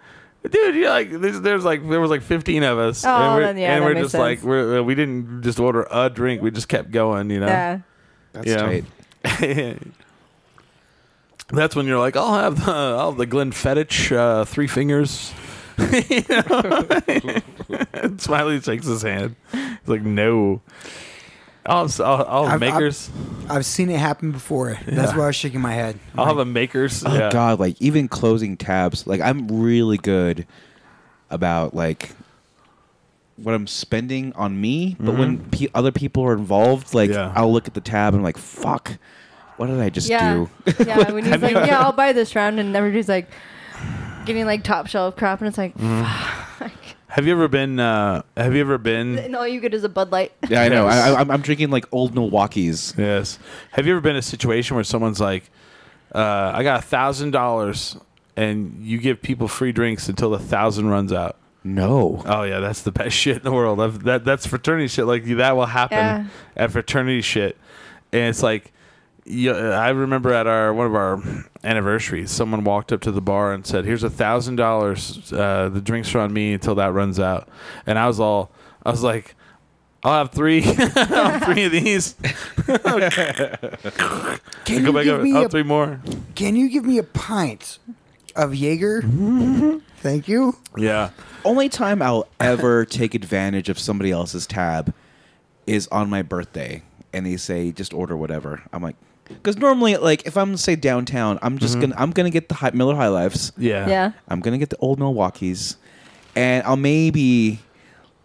B: dude. You like, there's, there's like, there was like 15 of us,
C: Oh,
B: and we're,
C: then, yeah,
B: and
C: that
B: we're
C: makes
B: just like,
C: sense.
B: we're, uh, we didn't just order a drink. We just kept going, you know.
C: Yeah.
E: That's
B: Yeah.
E: tight.
B: That's when you're like, I'll have the, I'll have the Glenfiddich uh, three fingers. You know? Smiley shakes his hand. He's like, no. I'll, have- I'll, I'll have
D: I've- I've-
B: makers.
D: I've seen it happen before. That's
B: Yeah.
D: why I was shaking my head.
B: I'll have a makers.
E: Oh
B: yeah.
E: god, like even closing tabs, like I'm really good about like what I'm spending on me, but when pe- other people are involved, like
B: Mm-hmm. Yeah.
E: I'll look at the tab and I'm like, fuck, what did I just
C: Yeah.
E: do?
C: yeah. When he's
B: Have
C: like,
B: you-
C: yeah, I'll buy this round, and everybody's like getting like top shelf crap, and it's like,
B: Mm-hmm.
C: fuck.
B: Have you ever been? Uh, have you ever been?
C: and all you get is a Bud Light.
E: yeah, I know.
B: Yes.
E: I, I'm, I'm drinking like old Milwaukee's.
B: Yes. Have you ever been in a situation where someone's like, uh, "I got a thousand dollars," and you give people free drinks until the thousand runs out?
E: No.
B: Oh yeah, that's the best shit in the world. I've, that that's fraternity shit. Like that will happen
C: Yeah.
B: at fraternity shit, and it's like, yeah. I remember at our one of our anniversaries, someone walked up to the bar and said, "Here's a thousand dollars. Uh, The drinks are on me until that runs out," and I was all, I was like. I'll have three, I'll have three of these.
D: Can
B: Go
D: you
B: back
D: give
B: up.
D: me
B: I'll
D: a
B: have three more.
D: Can you give me a pint of Jaeger? Thank you.
B: Yeah,
E: Only time I'll ever take advantage of somebody else's tab is on my birthday, and they say just order whatever. I'm like, because normally, like if I'm say downtown, I'm just
B: Mm-hmm.
E: gonna I'm gonna get the high, Miller High Lifes.
B: yeah,
C: Yeah.
E: I'm gonna get the old Milwaukee's, and I'll maybe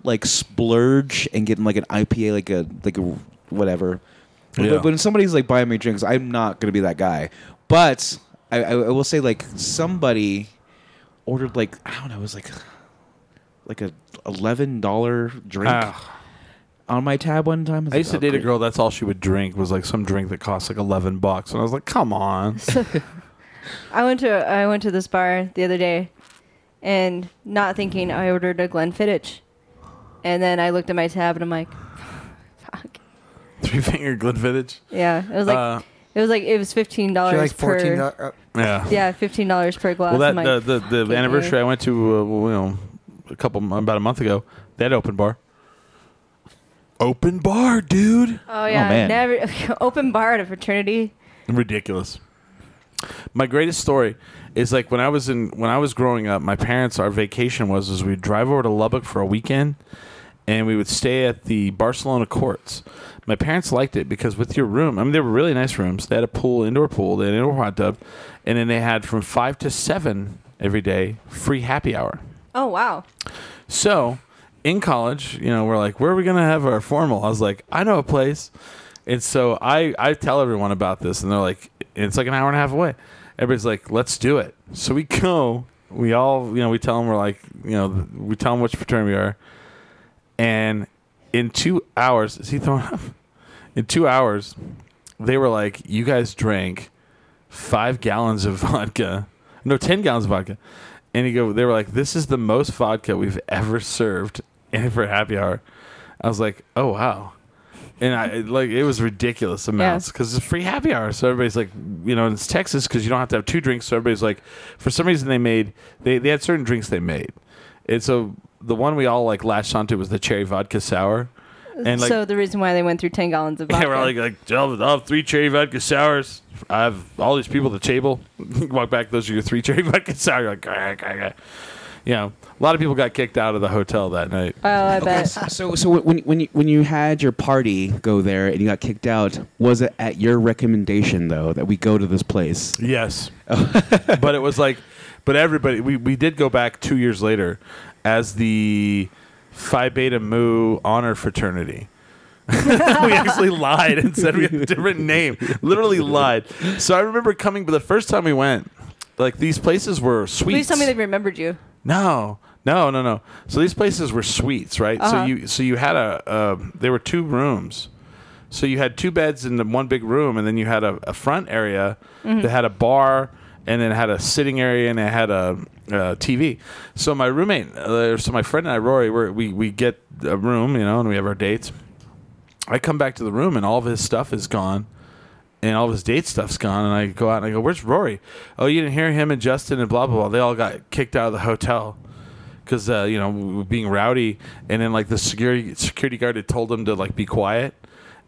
E: like splurge and get like an IPA, like a like a whatever.
B: Yeah.
E: But when somebody's like buying me drinks, I'm not gonna be that guy. But I, I will say like somebody ordered like I don't know, it was like like a eleven dollar drink
B: Ah.
E: on my tab one time. was
B: I
E: like,
B: used to
E: oh,
B: date a
E: great.
B: girl. That's all she would drink was like some drink that cost like eleven bucks, and I was like, "Come on."
C: I went to I went to this bar the other day, and not thinking I ordered a Glenfiddich, and then I looked at my tab and I'm like, fuck.
B: Three finger Glenfiddich.
C: Yeah, it was like
B: Uh,
C: it was like it was fifteen
D: You're
C: dollars
D: like
C: per.
D: fourteen. dollars. oh,
B: Yeah.
C: Yeah, fifteen dollars per glass.
B: Well, that
C: I'm like,
B: the the,
C: fucking
B: the
C: A.
B: anniversary I went to, uh, well, you know, a couple about a month ago, that open bar. Open bar, dude.
C: Oh yeah,
E: man.
C: never open bar at a fraternity.
B: ridiculous. My greatest story is like when I was in when I was growing up. My parents, our vacation was is we'd drive over to Lubbock for a weekend, and we would stay at the Barcelona courts. My parents liked it because with your room, I mean, they were really nice rooms. They had a pool, indoor pool, they had an indoor hot tub, and then they had from five to seven every day free happy hour.
C: Oh wow,
B: So in college, you know, we're like, where are we gonna have our formal? I was like, I know a place. And so I, I tell everyone about this and they're like it's like an hour and a half away. Everybody's like, let's do it. So we go, we all you know, we tell them we're like, you know, we tell them which fraternity we are. And in two hours is he throwing up? In two hours, they were like, You guys drank five gallons of vodka. No, ten gallons of vodka. And he go, they were like, This is the most vodka we've ever served and for happy hour. I was like, Oh wow. And I it, like it was ridiculous amounts because it's free happy hour. So everybody's like, you know, and it's Texas because you don't have to have two drinks. So everybody's like, for some reason they made they, they had certain drinks they made, and so the one we all like latched onto was the cherry vodka sour, and like
C: so the reason why they went through ten gallons of vodka.
B: yeah, we're like, like I'll, I'll have three cherry vodka sours. I have all these people at the table. You Walk back, those are your three cherry vodka sours. You're like, grr, grr, grr. you know, a lot of people got kicked out of the hotel that night.
C: oh, I
E: Okay,
C: bet.
E: so so- so when when you, when you had your party go there and you got kicked out, was it at your recommendation though that we go to this place?
B: Yes. but it was like, but everybody, we, we did go back two years later as the Phi Beta Mu honor fraternity. we actually lied and said we had a different name. Literally lied. So I remember coming, but the first time we went, like these places were sweet.
C: Please tell me they remembered you.
B: No, no, no, no. So these places were suites, right? So you so you had a uh, there were two rooms. So you had two beds in the one big room, and then you had a, a front area that had a bar, and then it had a sitting area, and it had a, uh TV. So my roommate, uh, so my friend and I, Rory, we're, we we get a room, you know, and we have our dates. I come back to the room, and all of his stuff is gone and all of his date stuff's gone. And I go out and I go, "Where's Rory? Oh, you didn't hear him and Justin and blah blah blah. They all got kicked out of the hotel because uh, you know we were being rowdy. And then like the security security guard had told them to like be quiet.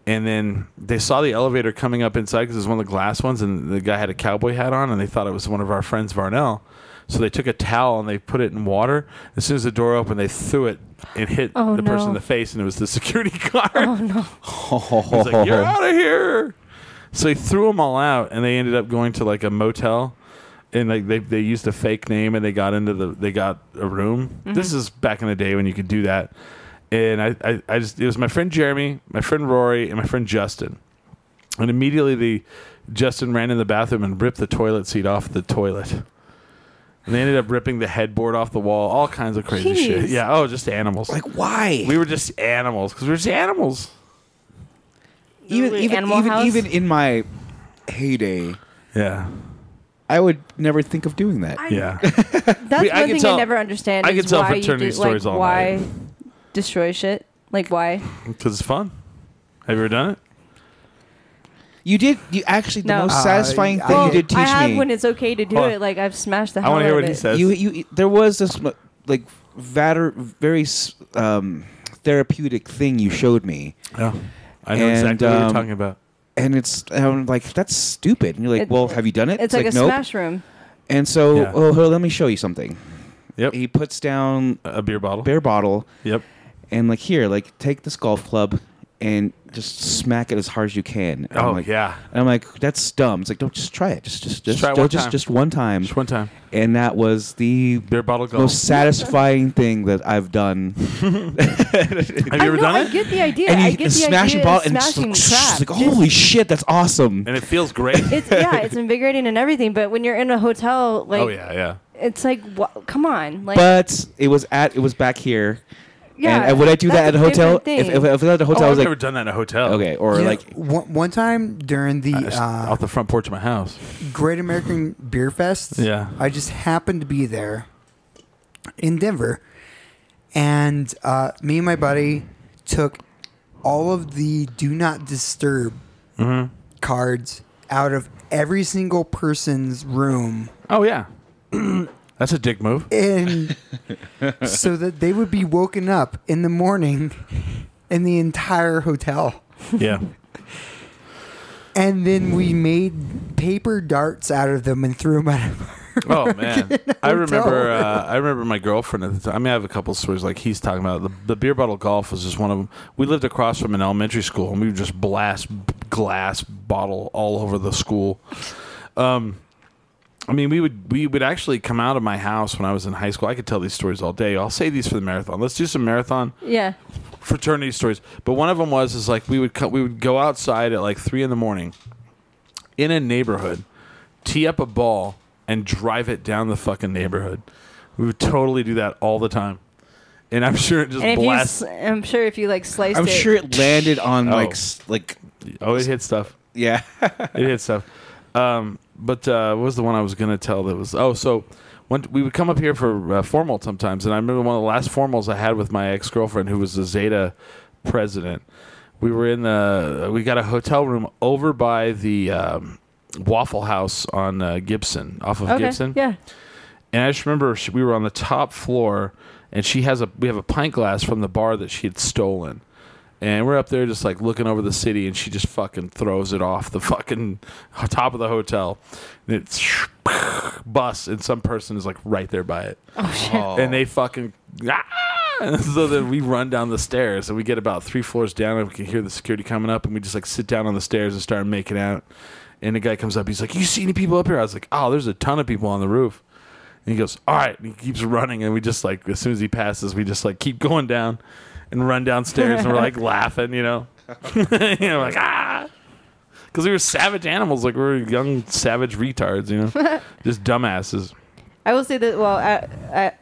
B: And then they saw the elevator coming up inside because it was one of the glass ones, and the guy had a cowboy hat on, and they thought it was one of our friends Varnell. So they took a towel and they put it in water. As soon as the door opened, they threw it and hit
C: Oh,
B: the person in
C: no. Oh,
B: the face, and it was the security guard.
E: He's
B: He's like, "You're out of here!" So he threw them all out, and they ended up going to like a motel, and like they, they used a fake name, and they got into the they got a room. This is back in the day when you could do that, and I, I, I just it was my friend Jeremy, my friend Rory, and my friend Justin. And immediately the Justin ran in the bathroom and ripped the toilet seat off the toilet. And they ended up ripping the headboard off the wall, all kinds of crazy shit.
C: Jeez.
B: Yeah, oh, just animals.
E: Like why?
B: we were just animals because we were just animals.
E: even
C: Literally
E: even
C: Animal
E: even,
C: House?
E: even in my heyday,
B: Yeah,
E: I would never think of doing that.
B: yeah.
C: That's
B: We- I can
C: one thing
B: tell-
C: I never understand.
B: I
C: is
B: can tell
C: why
B: fraternity
C: you do,
B: stories
C: like,
B: all
C: Why
B: night.
C: destroy shit? Like why?
B: Because it's fun. Have you ever done it?
E: You did. You actually the
C: No.
E: most
D: Uh,
E: satisfying
D: I-
E: thing
D: Well,
E: you did teach
C: I have
E: me.
C: when it's okay to do
B: Hold on.
C: it. Like I've smashed the
B: I
C: hell
B: want to
C: out
B: hear
C: of
B: what he
C: it.
B: says.
E: you you there was this m- like vatter, very s- um, therapeutic thing you showed me,
B: yeah. I know
E: And,
B: exactly what you're
E: um,
B: talking about.
E: and it's and I'm like that's stupid. And you're like,
C: It-
E: well, have you done it?
C: It's like, a
E: nope.
C: smash room.
E: And so,
B: Yeah.
E: oh, here, let me show you something.
B: Yep.
E: He puts down
B: a beer bottle.
E: a beer bottle
B: Yep.
E: and like here, like take this golf club and just smack it as hard as you can. And I'm
B: Oh,
E: like- "Mm."
B: yeah.
E: And I'm like, that's dumb. It's like, don't just try it. Just just just
B: try it
E: don't-
B: one
E: just
B: time.
E: just one time.
B: Just one time.
E: And that was the
B: Beer bottle golf.
E: most satisfying thing that I've done.
B: Have you ever
C: I know,
B: done
C: I
B: it?
C: get the idea.
E: and
C: I
E: you
C: get
E: can
C: the
E: smash
C: idea
E: a ball
C: of
E: and just
C: smashing
E: like,
C: crap.
E: like holy shit, that's awesome.
B: and it feels great.
C: It's yeah, it's invigorating and everything. But when you're in a hotel, like
B: oh yeah, yeah.
C: it's like wha- come on, like
E: but it was at it was back here.
C: yeah.
E: and, and would I do
C: that's
E: that at a hotel?
C: different
E: If,
C: thing.
E: if, if I was at a hotel,
B: Oh,
E: I
B: I've
E: was like,
B: never done that in a hotel.
E: okay, or
D: You know,
E: like
D: one, one time during the
B: I just-
D: uh,
B: off the front porch of my house.
D: Great American Beer Fest.
B: Yeah.
D: I just happened to be there in Denver. And uh, me and my buddy took all of the do not disturb cards out of every single person's room.
B: Oh yeah. That's a dick move.
D: And so that they would be woken up in the morning in the entire hotel.
B: Yeah.
D: And then we made paper darts out of them and threw them out of
B: Oh man, I remember.
D: hotel.
B: Uh, I remember my girlfriend at the time. I mean, I have a couple stories like he's talking about. The, the beer bottle golf was just one of them. We lived across from an elementary school, and we would just blast b- glass bottle all over the school. Um, I mean, we would we would actually come out of my house when I was in high school. I could tell these stories all day. I'll save these for the marathon. Let's do some marathon.
C: yeah,
B: fraternity stories. But one of them was is like we would co- we would go outside at like three in the morning, in a neighborhood, tee up a ball and drive it down the fucking neighborhood. We would totally do that all the time, and I'm sure it just
C: and if you,
B: blasts.
C: s- I'm sure if you like sliced
E: I'm
C: it,
E: sure it landed on
B: Oh.
E: like s- like
B: oh, it hit stuff.
E: yeah.
B: it hit stuff. Um, but uh, what was the one I was gonna tell that was? Oh, so when we would come up here for uh, formal sometimes, and I remember one of the last formals I had with my ex girlfriend, who was the Zeta president. We were in the we got a hotel room over by the um, Waffle House on uh, Gibson, off of
C: okay,
B: Gibson.
C: yeah,
B: And I just remember she, we were on the top floor, and she has a we have a pint glass from the bar that she had stolen, and we're up there just like looking over the city, and she just fucking throws it off the fucking top of the hotel, and it's bus, and some person is like right there by it,
C: oh shit,
B: and they fucking. Ah! And so then we run down the stairs and we get about three floors down and we can hear the security coming up and we just like sit down on the stairs and start making out. And the guy comes up, he's like, You see any people up here? I was like, Oh, there's a ton of people on the roof. And he goes, All right. And he keeps running. And we just like, as soon as he passes, we just like keep going down and run downstairs. and we're like laughing, you know? you know, like, Ah. Because we were savage animals. Like, we were young, savage retards, you know? just dumbasses.
C: I will say that. Well, I, I,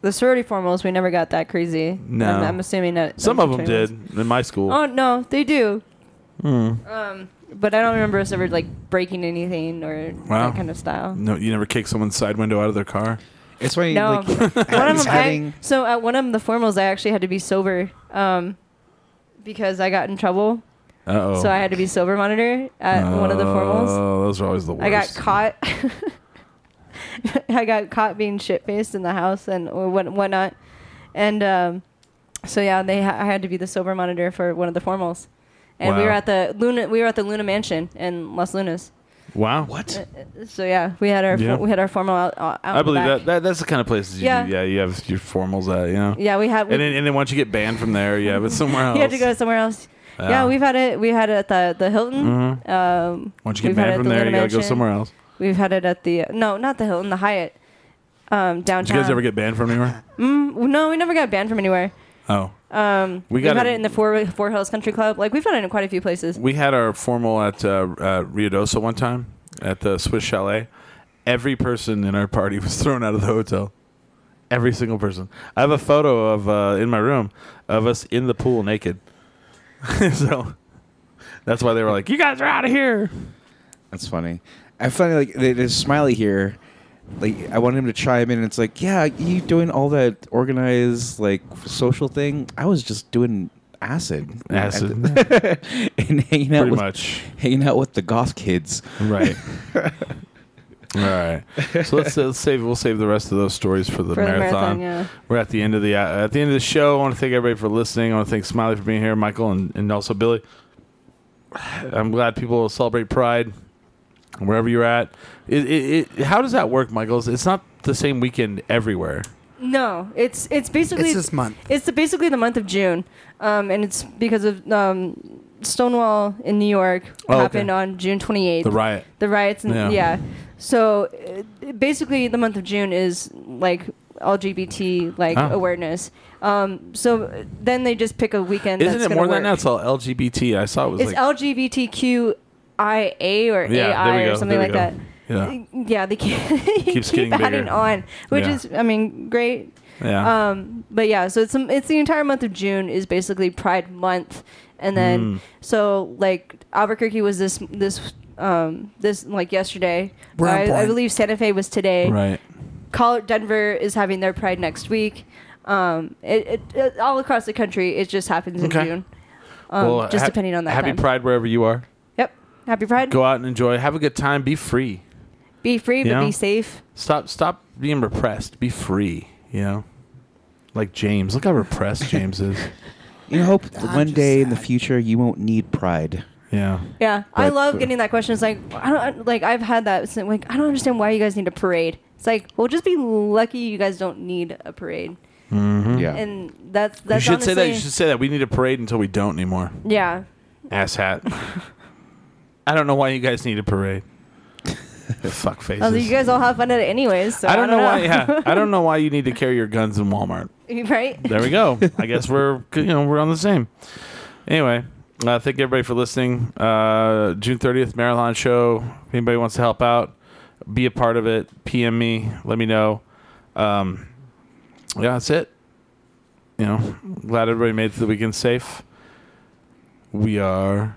C: the sorority formals, we never got that crazy.
B: No.
C: I'm, I'm assuming that
B: Some of them
C: fraternity
B: did Hmm.
C: ones.
B: in my school.
C: Oh no, they do. Um, but I don't remember us ever like breaking anything or
B: Wow.
C: that kind of style.
B: No, you never kick someone's side window out of their car.
E: It's funny.
C: No,
E: Like,
C: one of
E: Abby's
C: them. I,
E: having-
C: so at one of the formals, I actually had to be sober, um, because I got in trouble.
B: Uh oh.
C: So I had to be sober monitor at one of the formals.
B: Oh, those are always the worst.
C: I got caught. I got caught being shit faced in the house and what whatnot, and um, so yeah, they ha- I had to be the sober monitor for one of the formals, and we
B: Wow.
C: were at the Luna we were at the Luna Mansion in Las Lunas.
B: Wow.
E: what?
C: So yeah, we had our
B: Yeah.
C: fo- we had our formal out. out in
B: I
C: the
B: believe
C: back.
B: that, that. That's the kind of places you
C: Yeah.
B: do. Yeah, you have your formals at, you know?
C: Yeah, we had. We,
B: And then, and then once you get banned from there, you have it somewhere else.
C: you had to go somewhere else. Yeah.
B: Yeah.
C: we've had it. We had it at the the Hilton.
B: Mm-hmm.
C: Um,
B: Once you get
C: we've had it
B: banned
C: at
B: from
C: the
B: there, you
C: Luna
B: got to go
C: Mansion.
B: somewhere else.
C: We've had it at the no, not the Hilton, the Hyatt. Um, downtown.
B: Did you guys ever get banned from anywhere?
C: No, we never got banned from anywhere.
B: Oh,
C: Um,
B: We
C: we
B: got
C: have had
B: a-
C: it in the Four, Four Hills Country Club. Like we've done it in quite a few places.
B: we had our formal at uh, uh, Rio Dosa one time at the Swiss Chalet. Every person in our party was thrown out of the hotel. Every single person. I have a photo of uh, in my room of us in the pool naked. so that's why they were like, "You guys are out of here."
E: That's funny. I find like th- there's Smiley here. Like I want him to chime in. and It's like, yeah, you doing all that organized like social thing? I was just doing acid,
B: Acid.
E: and hanging out
B: Pretty
E: with
B: much.
E: hanging out with the goth kids.
B: Right. All right. So let's, uh, let's save we'll save the rest of those stories for the
C: For the
B: marathon.
C: marathon, yeah.
B: We're at the end of the uh, at the end of the show. I want to thank everybody for listening. I want to thank Smiley for being here, Michael, and, and also Billy. I'm glad people celebrate Pride wherever you're at. It, it, it, how does that work, Michael? It's not the same weekend everywhere.
C: No, it's it's basically
D: It's this month.
C: It's the, basically the month of June, um, and it's because of um, Stonewall in New York
B: Oh, okay.
C: happened on June 28th.
B: The riot.
C: the riots, and
B: Yeah.
C: yeah. So uh, basically, the month of June is like LGBT like
B: Oh.
C: awareness. Um, so then they just pick a weekend.
B: Isn't
C: that's
B: it
C: gonna
B: more
C: work.
B: than that? It's all LGBT. I saw it was
C: It's
B: like
C: LGBTQIA or
B: yeah, there we
C: AI
B: go,
C: or something
B: there
C: like
B: we
C: that.
B: go. Yeah,
C: Yeah, they keep,
B: Keeps
C: keep
B: getting
C: adding
B: bigger.
C: on, which
B: Yeah.
C: is, I mean, great.
B: yeah.
C: Um, but yeah, so it's um, it's the entire month of June is basically Pride Month, and then
B: Mm.
C: so like Albuquerque was this this um this like yesterday.
D: We're on
C: I, I
D: point.
C: believe Santa Fe was today.
B: right.
C: Col- Denver is having their Pride next week. Um, it, it, it all across the country. It just happens in
B: Okay.
C: June. Um,
B: Well,
C: just
B: ha-
C: depending on that.
B: Happy
C: time.
B: Pride wherever you are.
C: Yep. Happy Pride.
B: Go out and enjoy. Have a good time. Be free.
C: Be free,
B: You
C: but
B: know?
C: be safe.
B: Stop stop being repressed. Be free, you know? Like James. Look how repressed James is.
E: You hope that
D: I'm
E: one
D: just
E: day in the
D: sad.
E: future you won't need pride.
B: Yeah.
C: Yeah, I
E: But-
C: love getting that question. It's like I don't like I've had that. since like I don't understand why you guys need a parade. It's like well, just be lucky you guys don't need a parade.
B: Hmm?
E: Yeah.
C: And that's that's
B: you should say that. You
C: honestly-
B: should say that. We need a parade until we don't anymore.
C: yeah.
B: Ass hat. I don't know why you guys need a parade. Fuck faces.
C: Although Oh, you guys all have fun at it anyways. So
B: I don't know why. Yeah, I don't know why you need to carry your guns in Walmart.
C: right.
B: There we go. I guess we're you know we're on the same. Anyway, uh, thank everybody for listening. Uh, June thirtieth marathon show. If anybody wants to help out, be a part of it. PM me. Let me know. Um, yeah, that's it. You know, glad everybody made it to the weekend safe. We are